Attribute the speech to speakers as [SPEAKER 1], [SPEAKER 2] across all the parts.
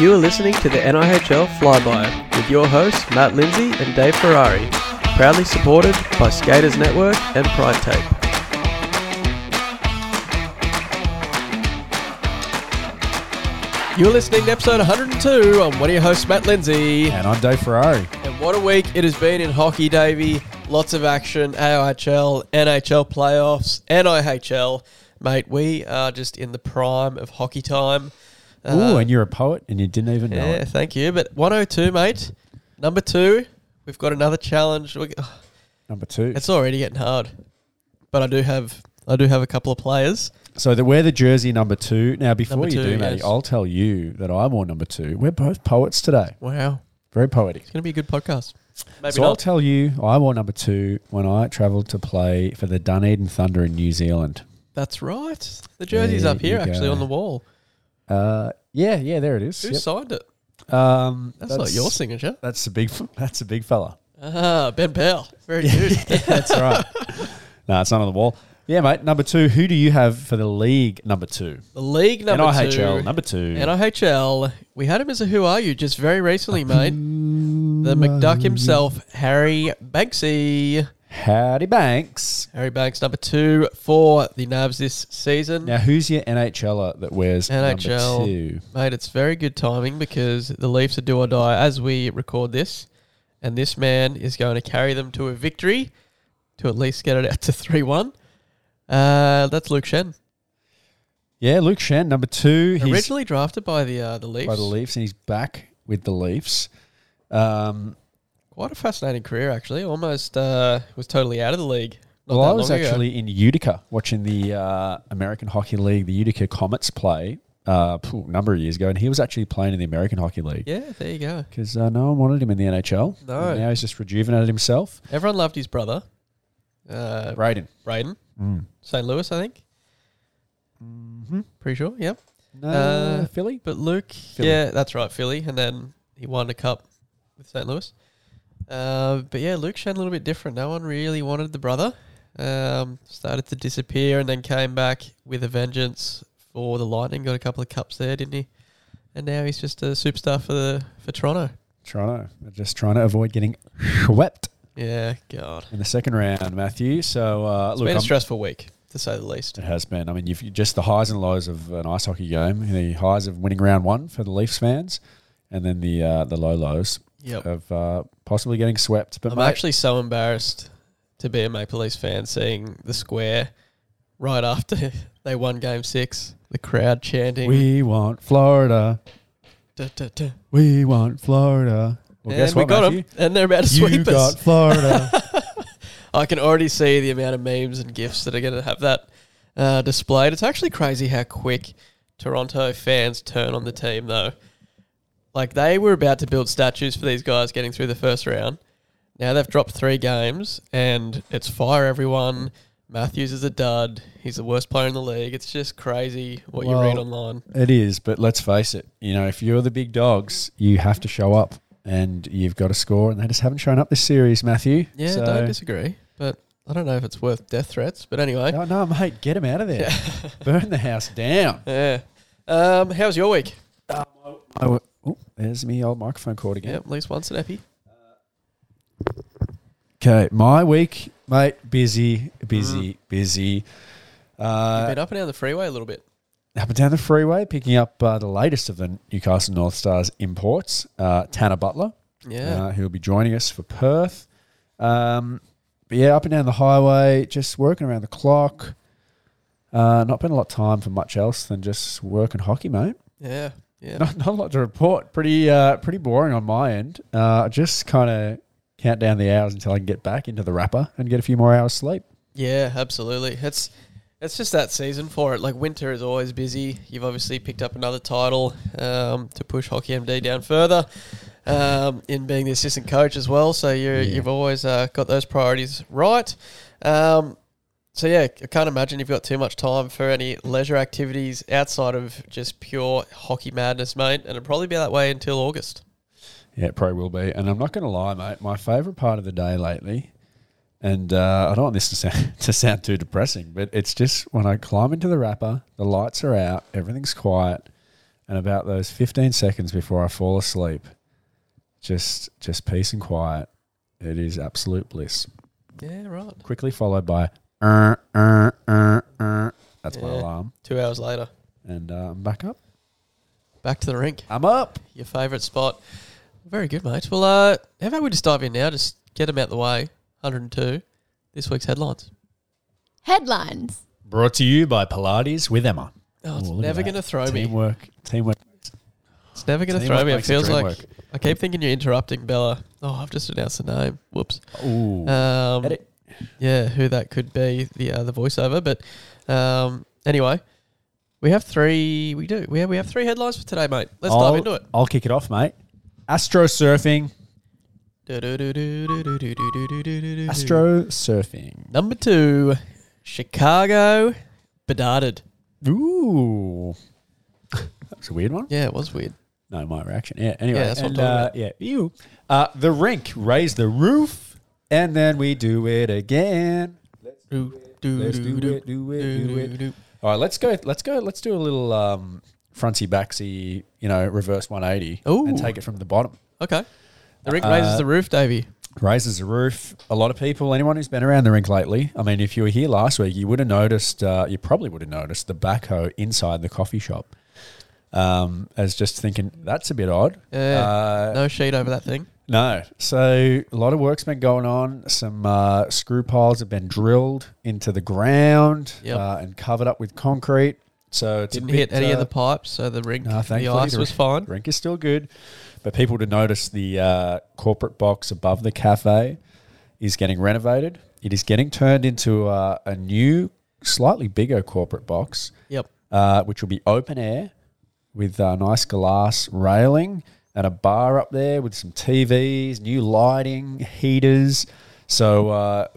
[SPEAKER 1] You are listening to the NIHL Flyby with your hosts Matt Lindsay and Dave Ferrari, proudly supported by Skaters Network and Pride Tape. You're listening to episode 102. I'm one of your hosts, Matt Lindsay.
[SPEAKER 2] And I'm Dave Ferrari.
[SPEAKER 1] And what a week it has been in hockey, Davey. Lots of action, AIHL, NHL playoffs, NIHL. Mate, we are just in the prime of hockey time.
[SPEAKER 2] Ooh, and you're a poet and you didn't even know
[SPEAKER 1] Uh, Yeah,
[SPEAKER 2] it.
[SPEAKER 1] thank you. But 102, mate. Number two, we've got another challenge. We- ugh,
[SPEAKER 2] Number two.
[SPEAKER 1] It's already getting hard, but I do have I do have a couple of players.
[SPEAKER 2] So that we're the jersey number two. Now, before
[SPEAKER 1] Number
[SPEAKER 2] you
[SPEAKER 1] two,
[SPEAKER 2] do, Matty,
[SPEAKER 1] yes.
[SPEAKER 2] I'll tell you that I wore number two. We're both poets today.
[SPEAKER 1] Wow,
[SPEAKER 2] Very poetic.
[SPEAKER 1] it's gonna be a good podcast. Maybe
[SPEAKER 2] so I'll
[SPEAKER 1] not.
[SPEAKER 2] tell you, I wore number two when I travelled to play for the Dunedin Thunder in New Zealand.
[SPEAKER 1] That's right. The jersey's
[SPEAKER 2] There
[SPEAKER 1] up here
[SPEAKER 2] you
[SPEAKER 1] actually
[SPEAKER 2] go.
[SPEAKER 1] on the wall.
[SPEAKER 2] Uh, yeah, yeah, there it is.
[SPEAKER 1] Who
[SPEAKER 2] Yep.
[SPEAKER 1] signed it?
[SPEAKER 2] Um,
[SPEAKER 1] That's, not your signature.
[SPEAKER 2] That's a big. f- That's a big fella.
[SPEAKER 1] Ah, Ben Powell. Very good.
[SPEAKER 2] That's right. no, it's not on the wall. Yeah, mate. Number two. Who do you have for the league? Number two.
[SPEAKER 1] the league number
[SPEAKER 2] NIHL.
[SPEAKER 1] two.
[SPEAKER 2] Number two.
[SPEAKER 1] NIHL. We had him as a Who Are You just very recently, mate. The McDuck himself, Harry Banksy.
[SPEAKER 2] Howdy Banks.
[SPEAKER 1] Harry Banks, number two for the Navs this season.
[SPEAKER 2] Now, who's your NHLer er that wears
[SPEAKER 1] NHL.
[SPEAKER 2] number two?
[SPEAKER 1] Mate, it's very good timing because the Leafs are do or die as we record this. And this man is going to carry them to a victory to at least get it out to 3 1. Uh, that's Luke Shen.
[SPEAKER 2] Yeah, Luke Shen, number two. He's
[SPEAKER 1] Originally drafted by the uh, the Leafs.
[SPEAKER 2] by the Leafs, and he's back with the Leafs. Um,
[SPEAKER 1] Quite a fascinating career, actually. Almost uh, was totally out of the league. Not
[SPEAKER 2] well, I
[SPEAKER 1] that
[SPEAKER 2] was
[SPEAKER 1] long ago.
[SPEAKER 2] actually in Utica watching the uh, American Hockey League, the Utica Comets play uh, phew, a number of years ago, and he was actually playing in the American Hockey League
[SPEAKER 1] Yeah, there you go.
[SPEAKER 2] because uh, no one wanted him in the NHL.
[SPEAKER 1] No.
[SPEAKER 2] And now he's just rejuvenated himself.
[SPEAKER 1] Everyone loved his brother, uh,
[SPEAKER 2] Braden.
[SPEAKER 1] Braden.
[SPEAKER 2] Mm.
[SPEAKER 1] St. Louis, I think. Pretty sure, yep.
[SPEAKER 2] No,
[SPEAKER 1] Mm-hmm. Uh,
[SPEAKER 2] Philly.
[SPEAKER 1] But Luke,
[SPEAKER 2] Philly.
[SPEAKER 1] yeah, that's right, Philly, and then he won a cup with St. Louis. Uh, but yeah, Luke Shen a little bit different. No one really wanted the brother. Um, started to disappear and then came back with a vengeance for the Lightning. Got a couple of cups there, didn't he? And now he's just a superstar for the for Toronto.
[SPEAKER 2] Toronto. They're just trying to avoid getting swept
[SPEAKER 1] Yeah, God,
[SPEAKER 2] in the second round, Matthew. So uh,
[SPEAKER 1] it's
[SPEAKER 2] look,
[SPEAKER 1] been a
[SPEAKER 2] I'm-
[SPEAKER 1] stressful week to say the least.
[SPEAKER 2] It has been. I mean, you've just the highs and lows of an ice hockey game. The highs of winning round one for the Leafs fans, and then the uh, the low lows
[SPEAKER 1] Yep,
[SPEAKER 2] of uh, possibly getting swept. But
[SPEAKER 1] I'm
[SPEAKER 2] mate,
[SPEAKER 1] actually so embarrassed to be a Maple Leafs fan seeing the square right after they won game six. The crowd chanting.
[SPEAKER 2] we want Florida.
[SPEAKER 1] duh, duh, duh.
[SPEAKER 2] We want Florida.
[SPEAKER 1] and
[SPEAKER 2] Well, guess
[SPEAKER 1] we
[SPEAKER 2] what,
[SPEAKER 1] got 'em,
[SPEAKER 2] Matthew?
[SPEAKER 1] And they're about to
[SPEAKER 2] You
[SPEAKER 1] sweep
[SPEAKER 2] got
[SPEAKER 1] us.
[SPEAKER 2] Florida.
[SPEAKER 1] I can already see the amount of memes and GIFs that are going to have that uh, displayed. It's actually crazy how quick Toronto fans turn on the team, though. Like, they were about to build statues for these guys getting through the first round. Now they've dropped three games, and it's fire everyone. Matthews is a dud. He's the worst player in the league. It's just crazy what you read
[SPEAKER 2] Well,
[SPEAKER 1] online.
[SPEAKER 2] it is, but let's face it. You know, if you're the big dogs, you have to show up, and you've got to score. And they just haven't shown up this series, Matthew.
[SPEAKER 1] Yeah,
[SPEAKER 2] So-
[SPEAKER 1] don't disagree. But I don't know if it's worth death threats. But anyway.
[SPEAKER 2] Oh, No, no, mate, get them out of there. Burn the house down.
[SPEAKER 1] Yeah. Um, how's your week?
[SPEAKER 2] I w- oh, there's me old microphone cord
[SPEAKER 1] Yeah,
[SPEAKER 2] again.
[SPEAKER 1] at least once an epi.
[SPEAKER 2] Okay, my week, mate, busy, busy, busy. Uh,
[SPEAKER 1] Been up and down the freeway a little bit.
[SPEAKER 2] up and down the freeway, picking up uh, the latest of the Newcastle North Stars imports, uh, Tanner Butler,
[SPEAKER 1] Yeah.
[SPEAKER 2] uh, who will be joining us for Perth. Um, but yeah, up and down the highway, just working around the clock. Uh, not been a lot of time for much else than just work and hockey, mate.
[SPEAKER 1] yeah. Yeah.
[SPEAKER 2] Not, not a lot to report. Pretty uh, pretty boring on my end. Uh, just kind of count down the hours until I can get back into the wrapper and get a few more hours sleep.
[SPEAKER 1] Yeah, absolutely. It's it's just that season for it. Like winter is always busy. You've obviously picked up another title um, to push Hockey MD down further um, in being the assistant coach as well. So you
[SPEAKER 2] Yeah.
[SPEAKER 1] you've always uh, got those priorities right. Um, so yeah, I can't imagine you've got too much time for any leisure activities outside of just pure hockey madness, mate. And it'll probably be that way until August.
[SPEAKER 2] Yeah, it probably will be. And I'm not going to lie, mate. My favourite part of the day lately, and uh, I don't want this to sound, to sound too depressing, but it's just when I climb into the wrapper, the lights are out, everything's quiet, And about those 15 seconds before I fall asleep, just just peace and quiet. It is absolute bliss.
[SPEAKER 1] Yeah, right.
[SPEAKER 2] Quickly followed by "Er, er, er, er." that's my
[SPEAKER 1] Yeah.
[SPEAKER 2] alarm,
[SPEAKER 1] Two hours later,
[SPEAKER 2] and uh, I'm back up.
[SPEAKER 1] back to the rink.
[SPEAKER 2] I'm up.
[SPEAKER 1] Your favourite spot. Very good, mate. Well, uh, how about we just dive in now? Just get them out the way. 102. This week's headlines.
[SPEAKER 3] Headlines.
[SPEAKER 4] Brought to you by Pilates with Emma.
[SPEAKER 1] Oh, it's
[SPEAKER 2] Ooh, look at
[SPEAKER 1] never
[SPEAKER 2] that.
[SPEAKER 1] going to throw me.
[SPEAKER 2] Teamwork, teamwork.
[SPEAKER 1] It's never going to
[SPEAKER 2] teamwork
[SPEAKER 1] throw me. It
[SPEAKER 2] makes the
[SPEAKER 1] feels
[SPEAKER 2] dream
[SPEAKER 1] like I keep thinking you're interrupting Bella. Oh, I've just announced the name. Whoops.
[SPEAKER 2] work. Ooh,
[SPEAKER 1] Um,
[SPEAKER 2] Edit.
[SPEAKER 1] Yeah, who that could be the uh, the voiceover. But um, anyway, we have three. We do. We have we have three headlines for today, mate. Let's
[SPEAKER 2] I'll,
[SPEAKER 1] dive into it.
[SPEAKER 2] I'll kick it off, mate. Astro surfing.
[SPEAKER 1] Du-du-du-du-du-du-du-du-du-du-du-du.
[SPEAKER 2] Astro surfing.
[SPEAKER 1] number two, Chicago, bedarded.
[SPEAKER 2] Ooh, that's a weird one.
[SPEAKER 1] Yeah, it was weird.
[SPEAKER 2] No, my reaction. Yeah. Anyway,
[SPEAKER 1] Yeah, that's what I'm
[SPEAKER 2] and,
[SPEAKER 1] talking
[SPEAKER 2] uh,
[SPEAKER 1] about.
[SPEAKER 2] Yeah. You. Uh, the rink. Raise the roof, and then we do it again.
[SPEAKER 1] Do, do,
[SPEAKER 2] Let's do it. Do it. Do it. All right. Let's go. Let's go. Let's do a little um, frontsy backsy. You know, reverse 180.
[SPEAKER 1] Ooh.
[SPEAKER 2] And take it from the bottom.
[SPEAKER 1] Okay. The rink raises
[SPEAKER 2] Uh,
[SPEAKER 1] the roof, Davey.
[SPEAKER 2] Raises the roof. A lot of people, anyone who's been around the rink lately, I mean, if you were here last week, you would have noticed, uh, you probably would have noticed the backhoe inside the coffee shop. Um, as just thinking, that's a bit odd.
[SPEAKER 1] Yeah.
[SPEAKER 2] Uh,
[SPEAKER 1] No sheet over that thing.
[SPEAKER 2] No. So a lot of work's been going on. Some uh, screw piles have been drilled into the ground
[SPEAKER 1] Yep.
[SPEAKER 2] uh, and covered up with concrete. So it's a
[SPEAKER 1] Didn't
[SPEAKER 2] bit,
[SPEAKER 1] hit any of
[SPEAKER 2] uh,
[SPEAKER 1] the pipes, so the rink,
[SPEAKER 2] No,
[SPEAKER 1] the
[SPEAKER 2] thankfully
[SPEAKER 1] ice
[SPEAKER 2] the
[SPEAKER 1] was
[SPEAKER 2] rink-
[SPEAKER 1] fine.
[SPEAKER 2] Rink is still good, but people to notice the uh, corporate box above the cafe is getting renovated. It is getting turned into uh, a new, slightly bigger corporate box
[SPEAKER 1] Yep.
[SPEAKER 2] uh, which will be open air with uh, nice glass railing and a bar up there with some TVs, new lighting, heaters. So uh,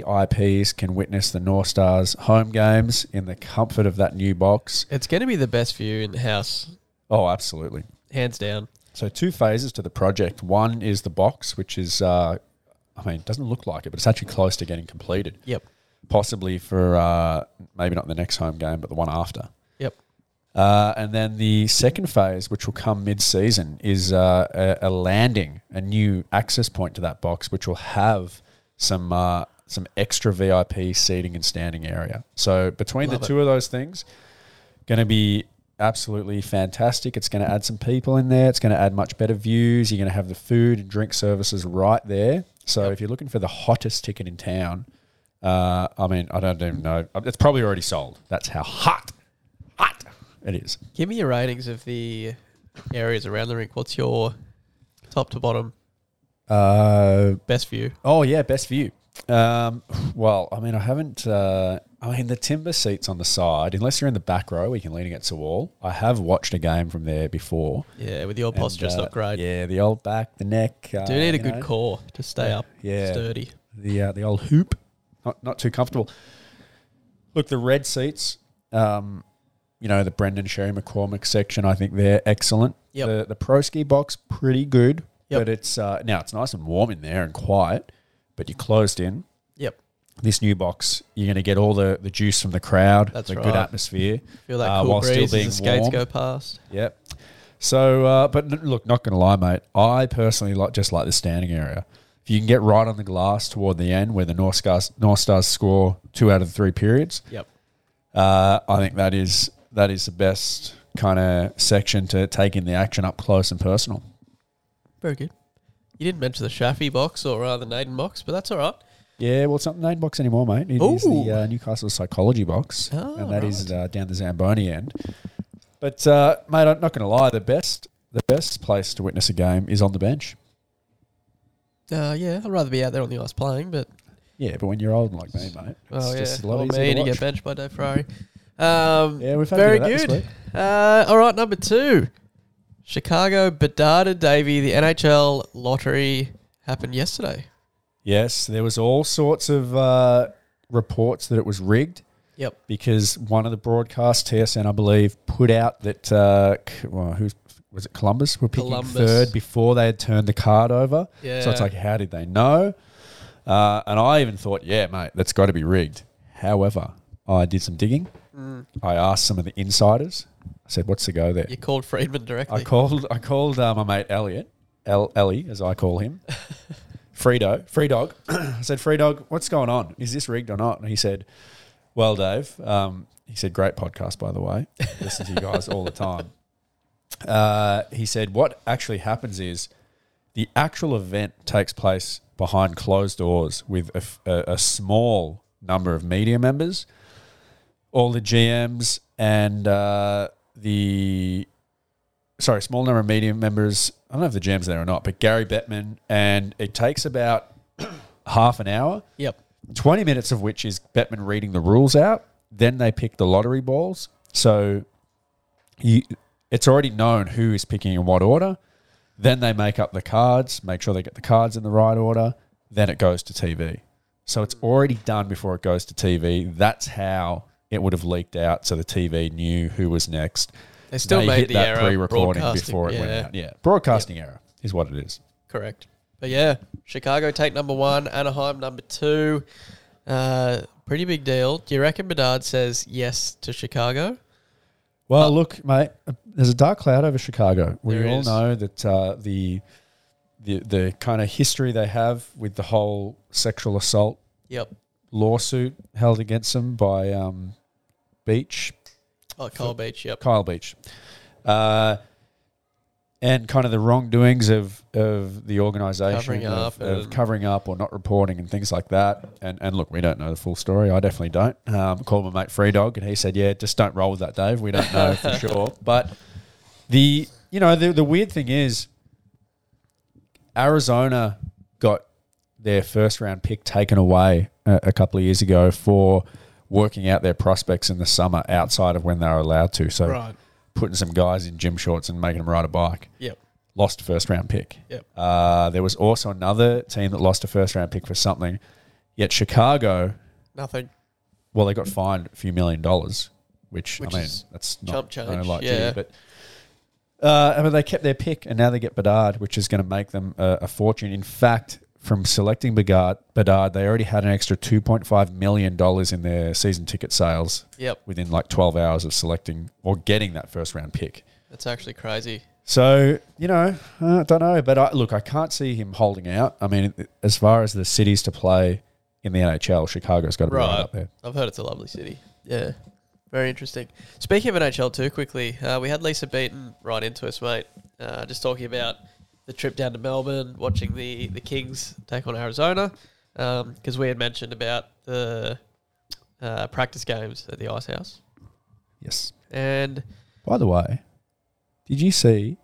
[SPEAKER 2] VIPs can witness the North Stars home games in the comfort of that new box.
[SPEAKER 1] It's going to be the best view in the house,
[SPEAKER 2] Oh, absolutely.
[SPEAKER 1] hands down.
[SPEAKER 2] So two phases to the project. One is the box, which is, uh, I mean, it doesn't look like it, but it's actually close to getting completed.
[SPEAKER 1] Yep.
[SPEAKER 2] Possibly for uh, maybe not the next home game, but the one after.
[SPEAKER 1] Yep.
[SPEAKER 2] Uh, and then the second phase, which will come mid-season, is uh, a, a landing, a new access point to that box, which will have some uh, some extra VIP seating and standing area. So between
[SPEAKER 1] Love
[SPEAKER 2] the
[SPEAKER 1] it.
[SPEAKER 2] two of those things, going to be absolutely fantastic. It's going to add some people in there. It's going to add much better views. You're going to have the food and drink services right there. So if you're looking for the hottest ticket in town, uh, I mean, I don't even know. It's probably already sold. That's how hot, hot it is.
[SPEAKER 1] Give me your ratings of the areas around the rink. What's your top to bottom
[SPEAKER 2] Uh,
[SPEAKER 1] best view?
[SPEAKER 2] oh yeah, best view. Um, well, I mean, I haven't. Uh, I mean, the timber seats on the side. Unless you're in the back row, where you can lean against the wall. I have watched a game from there before.
[SPEAKER 1] Yeah, with your
[SPEAKER 2] and,
[SPEAKER 1] posture, it's
[SPEAKER 2] uh,
[SPEAKER 1] not great.
[SPEAKER 2] Yeah, the old back, the neck. Uh,
[SPEAKER 1] Do you need a
[SPEAKER 2] you
[SPEAKER 1] good
[SPEAKER 2] know,
[SPEAKER 1] core to stay up
[SPEAKER 2] yeah.
[SPEAKER 1] sturdy.
[SPEAKER 2] The uh, the old hoop, not not too comfortable. Look, the red seats. Um, you know the Brendan Sherry McCormick section. I think they're excellent.
[SPEAKER 1] Yep.
[SPEAKER 2] The the pro ski box pretty good,
[SPEAKER 1] Yep.
[SPEAKER 2] but it's uh, now it's nice and warm in there and quiet, but you're closed in.
[SPEAKER 1] Yep.
[SPEAKER 2] This new box, you're going to get all the, the juice from the crowd.
[SPEAKER 1] That's
[SPEAKER 2] the
[SPEAKER 1] right.
[SPEAKER 2] good atmosphere.
[SPEAKER 1] Feel that
[SPEAKER 2] uh,
[SPEAKER 1] cool
[SPEAKER 2] while still
[SPEAKER 1] breeze as
[SPEAKER 2] being
[SPEAKER 1] the skates
[SPEAKER 2] warm.
[SPEAKER 1] go past.
[SPEAKER 2] Yep. So, uh, but n- look, not going to lie, mate. I personally like just like the standing area. If you can get right on the glass toward the end, where the North Stars, North Stars score two out of the three periods,
[SPEAKER 1] Yep.
[SPEAKER 2] uh, I think that is that is the best kind of section to take in the action up close and personal.
[SPEAKER 1] Very good. You didn't mention the Shaffy box or uh, the Naden box, but that's all right.
[SPEAKER 2] Yeah, well, it's not the name box anymore, mate. It is
[SPEAKER 1] Ooh.
[SPEAKER 2] the uh, Newcastle Psychology box,
[SPEAKER 1] Oh,
[SPEAKER 2] and that is uh, down the Zamboni end. But uh, mate, I'm not going to lie. The best, the best place to witness a game is on the bench.
[SPEAKER 1] Uh, yeah, I'd rather be out there on the ice playing, but
[SPEAKER 2] Yeah, but when you're old like me, mate, it's
[SPEAKER 1] oh, yeah.
[SPEAKER 2] just a lot
[SPEAKER 1] Or
[SPEAKER 2] easier
[SPEAKER 1] me
[SPEAKER 2] to
[SPEAKER 1] to get
[SPEAKER 2] watch.
[SPEAKER 1] benched by Dave Ferrari. Um,
[SPEAKER 2] Yeah, we've had
[SPEAKER 1] Very
[SPEAKER 2] a bit of that
[SPEAKER 1] good.
[SPEAKER 2] this week.
[SPEAKER 1] Uh, all right, number two. Chicago bedarded Davy. The NHL lottery happened yesterday.
[SPEAKER 2] Yes, there was all sorts of uh, reports that it was rigged
[SPEAKER 1] Yep.
[SPEAKER 2] because one of the broadcasts, TSN, I believe, put out that uh, c- well, who's was it Columbus were picking
[SPEAKER 1] Columbus.
[SPEAKER 2] third before they had turned the card over. So
[SPEAKER 1] Yeah.
[SPEAKER 2] it's like, how did they know? Uh, and I even thought, yeah, mate, that's got to
[SPEAKER 1] Mm.
[SPEAKER 2] be rigged. However, I did some digging. I asked some of the insiders, Said, "What's the go there?"
[SPEAKER 1] You called Friedman directly.
[SPEAKER 2] I called. I called uh, my mate Elliot, El, Ellie, as I call him, Fredo, Free Dog. I said, Free Dog, what's going on? Is this rigged or not? And he said, Well, Dave. Um, he said, Great podcast, by the way. Listen to you guys all the time. Uh, he said, What actually happens is the actual event takes place behind closed doors with a f- a- a small number of media members all the GMs and uh, the sorry, small number of media members. I don't know if the GM's there or not, but Gary Bettman, and it takes about half an hour,
[SPEAKER 1] yep.
[SPEAKER 2] twenty minutes of which is Bettman reading the rules out. Then they pick the lottery balls, so you, it's already known who is picking in what order. Then they make up the cards, make sure they get the cards in the right order. Then it goes to TV. So it's already done before it goes to TV. That's how it would have leaked out, so the TV knew who was next.
[SPEAKER 1] They still
[SPEAKER 2] they
[SPEAKER 1] made
[SPEAKER 2] hit
[SPEAKER 1] the
[SPEAKER 2] that
[SPEAKER 1] error
[SPEAKER 2] pre-recording
[SPEAKER 1] broadcasting,
[SPEAKER 2] before it went
[SPEAKER 1] yeah.
[SPEAKER 2] out. Yeah, broadcasting error is what it is.
[SPEAKER 1] Correct. But yeah, Chicago take number one, Anaheim number two. Uh, pretty big deal. Do you reckon Bedard says yes to Chicago?
[SPEAKER 2] Well, look, mate, uh, there's a dark cloud over Chicago. We
[SPEAKER 1] There
[SPEAKER 2] all
[SPEAKER 1] is.
[SPEAKER 2] know that uh, the the the kind of history they have with the whole sexual assault
[SPEAKER 1] Yep.
[SPEAKER 2] lawsuit held against them by um, Beach
[SPEAKER 1] Oh, Cole Beach. Yep.
[SPEAKER 2] Kyle Beach, uh, and kind of the wrongdoings of of the organisation
[SPEAKER 1] Covering
[SPEAKER 2] of,
[SPEAKER 1] up
[SPEAKER 2] of
[SPEAKER 1] and-
[SPEAKER 2] covering up or not reporting and things like that. And and look, we don't know the full story. I definitely don't. Um, called my mate Free Dog, and he said, "Yeah, just don't roll with that, Dave. We don't know for sure." But the you know the the weird thing is, Arizona got their first round pick taken away a, a couple of years ago for working out their prospects in the summer outside of when they were allowed to. So
[SPEAKER 1] Right.
[SPEAKER 2] putting some guys in gym shorts and making them ride a bike.
[SPEAKER 1] Yep.
[SPEAKER 2] Lost a first round pick.
[SPEAKER 1] Yep.
[SPEAKER 2] Uh, there was also another team that lost a first round pick for something. Yet Chicago,
[SPEAKER 1] Nothing.
[SPEAKER 2] well, they got fined a few million dollars, which,
[SPEAKER 1] Which
[SPEAKER 2] I mean,
[SPEAKER 1] is
[SPEAKER 2] that's
[SPEAKER 1] chump
[SPEAKER 2] not I don't
[SPEAKER 1] change,
[SPEAKER 2] like to
[SPEAKER 1] yeah.
[SPEAKER 2] you, but uh, I mean, they kept their pick, and now they get Bedard, which is going to make them a, a fortune. In fact, from selecting Bedard, Bedard, they already had an extra two point five million dollars in their season ticket sales
[SPEAKER 1] Yep.
[SPEAKER 2] within like twelve hours of selecting or getting that first round pick.
[SPEAKER 1] That's actually crazy.
[SPEAKER 2] So you know, uh, I don't know, but I, look, I can't see him holding out. I mean, as far as the cities to play in the NHL, Chicago's got to be right up there.
[SPEAKER 1] I've heard it's a lovely city. Yeah. Very interesting. Speaking of NHL too, quickly, uh, we had Lisa Beaton right into us, mate. Uh, just talking about the trip down to Melbourne, watching the, the Kings take on Arizona, because we had mentioned about the uh, practice games at the Ice House.
[SPEAKER 2] Yes.
[SPEAKER 1] And
[SPEAKER 2] By the way, did you see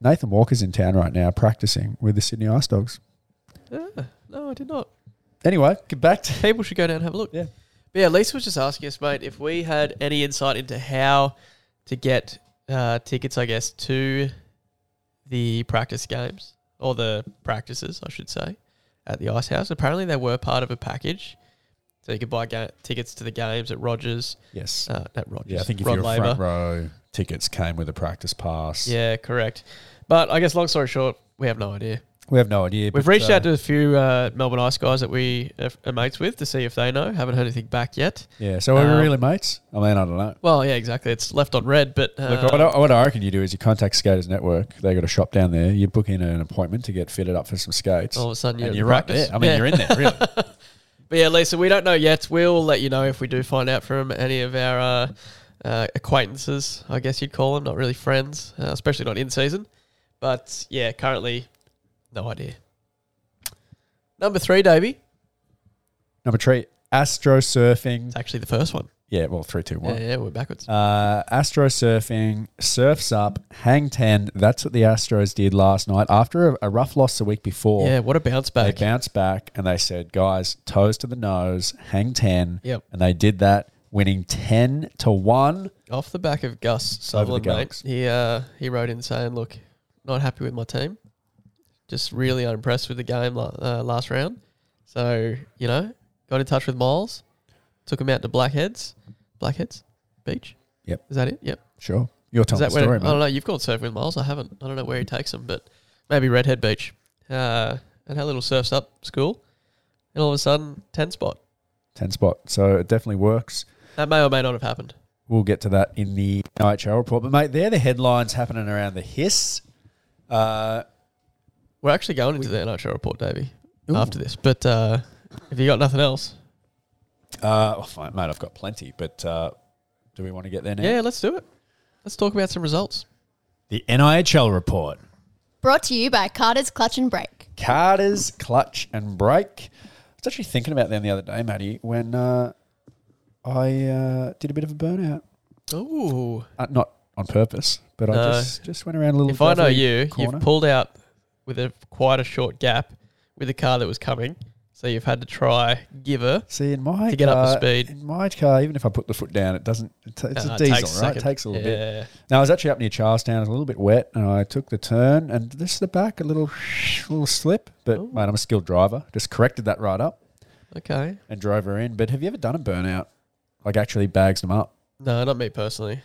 [SPEAKER 2] Nathan Walker's in town right now practicing with the Sydney Ice Dogs?
[SPEAKER 1] uh, no, I did not.
[SPEAKER 2] Anyway, get back to
[SPEAKER 1] People should go down and have a look.
[SPEAKER 2] Yeah.
[SPEAKER 1] But yeah, Lisa was just asking us, mate, if we had any insight into how to get uh, tickets, I guess, to the practice games or the practices, I should say, at the Ice House. Apparently, they were part of a package. So you could buy ga- tickets to the games at Rogers.
[SPEAKER 2] yes.
[SPEAKER 1] Uh, at Rogers.
[SPEAKER 2] yeah, I think if
[SPEAKER 1] Rod
[SPEAKER 2] your
[SPEAKER 1] Laver.
[SPEAKER 2] front row tickets came with a practice pass.
[SPEAKER 1] Yeah, correct. But I guess, long story short, we have no idea.
[SPEAKER 2] we have no idea.
[SPEAKER 1] We've
[SPEAKER 2] but,
[SPEAKER 1] reached
[SPEAKER 2] uh,
[SPEAKER 1] out to a few uh, Melbourne Ice guys that we are are mates with to see if they know. Haven't heard anything back yet.
[SPEAKER 2] Yeah, so are
[SPEAKER 1] um,
[SPEAKER 2] we really mates? I mean, I don't know.
[SPEAKER 1] Well, yeah, exactly. It's left on red, but uh,
[SPEAKER 2] Look, what, I, what I reckon you do is you contact Skaters Network. They got a shop down there. You book in an appointment to get fitted up for some skates.
[SPEAKER 1] all of a sudden you're,
[SPEAKER 2] and
[SPEAKER 1] in
[SPEAKER 2] you're right
[SPEAKER 1] practice.
[SPEAKER 2] there. I mean,
[SPEAKER 1] Yeah.
[SPEAKER 2] you're in there, really.
[SPEAKER 1] But yeah, Lisa, we don't know yet. We'll let you know if we do find out from any of our uh, uh, acquaintances. I guess you'd call them, not really friends, uh, especially not in season. But yeah, currently, no idea. Number three, Davey.
[SPEAKER 2] Number three, astro surfing.
[SPEAKER 1] It's actually the first one.
[SPEAKER 2] Yeah, well, three, two, one.
[SPEAKER 1] Yeah, yeah, we're backwards.
[SPEAKER 2] Uh, Astro surfing, surfs up, hang 10. That's what the Astros did last night. After a, a rough loss the week before,
[SPEAKER 1] yeah, what a bounce
[SPEAKER 2] they
[SPEAKER 1] back.
[SPEAKER 2] bounced back and they said, guys, toes to the nose, hang 10.
[SPEAKER 1] Yep.
[SPEAKER 2] And they did that, winning 10 to 1.
[SPEAKER 1] Off the back of Gus
[SPEAKER 2] Over the
[SPEAKER 1] Sutherland, mate.
[SPEAKER 2] Galax.
[SPEAKER 1] He uh, he wrote in saying, "Look, not happy with my team. Just really unimpressed with the game la- uh, last round. So you know, got in touch with Miles, took him out to Blackheads, Blackheads Beach.
[SPEAKER 2] Yep.
[SPEAKER 1] is that it? Yep.
[SPEAKER 2] Sure. You're
[SPEAKER 1] Is
[SPEAKER 2] telling
[SPEAKER 1] that
[SPEAKER 2] the story,
[SPEAKER 1] where? I don't
[SPEAKER 2] mate.
[SPEAKER 1] know. You've gone surfing with Miles. I haven't. I don't know where he takes him, but maybe Redhead Beach. Uh, and had a little surfs up school, and all of a sudden, ten spot.
[SPEAKER 2] 10 spot. So it definitely works.
[SPEAKER 1] That may or may not have happened.
[SPEAKER 2] We'll get to that in the NHL report. But, mate, they're the headlines happening around the hiss. Uh,
[SPEAKER 1] We're actually going into the NHL report, Davey, after this. But uh, have you got nothing else?
[SPEAKER 2] uh, oh, fine, mate, I've got plenty, but uh, do we want to get there now?
[SPEAKER 1] Yeah, let's do it. Let's talk about some results.
[SPEAKER 4] The NIHL report.
[SPEAKER 3] Brought to you by Carter's Clutch and Brake.
[SPEAKER 2] Carter's clutch and brake. I was actually thinking about them the other day, Matty, when uh, I uh, did a bit of a burnout.
[SPEAKER 1] Ooh.
[SPEAKER 2] Uh, not on purpose, but
[SPEAKER 1] No.
[SPEAKER 2] I just, just went around a little
[SPEAKER 1] If I know
[SPEAKER 2] drive-through
[SPEAKER 1] you,
[SPEAKER 2] corner.
[SPEAKER 1] you've pulled out with a quite a short gap with a car that was coming, so you've had to try giver.
[SPEAKER 2] See, in my
[SPEAKER 1] to get up
[SPEAKER 2] car,
[SPEAKER 1] to speed.
[SPEAKER 2] In my car, even if I put the foot down, it doesn't. It's, it's
[SPEAKER 1] Uh,
[SPEAKER 2] a
[SPEAKER 1] it
[SPEAKER 2] diesel,
[SPEAKER 1] takes
[SPEAKER 2] right?
[SPEAKER 1] second.
[SPEAKER 2] It takes a little bit.
[SPEAKER 1] yeah.
[SPEAKER 2] Now I was actually up near Charlestown. It was a little bit wet, and I took the turn, and this is the back, a little little slip. But
[SPEAKER 1] Ooh.
[SPEAKER 2] mate, I'm a skilled driver. Just corrected that right up
[SPEAKER 1] Okay.
[SPEAKER 2] and drove her in. But have you ever done a burnout? Like actually bags them up.
[SPEAKER 1] No, not me personally.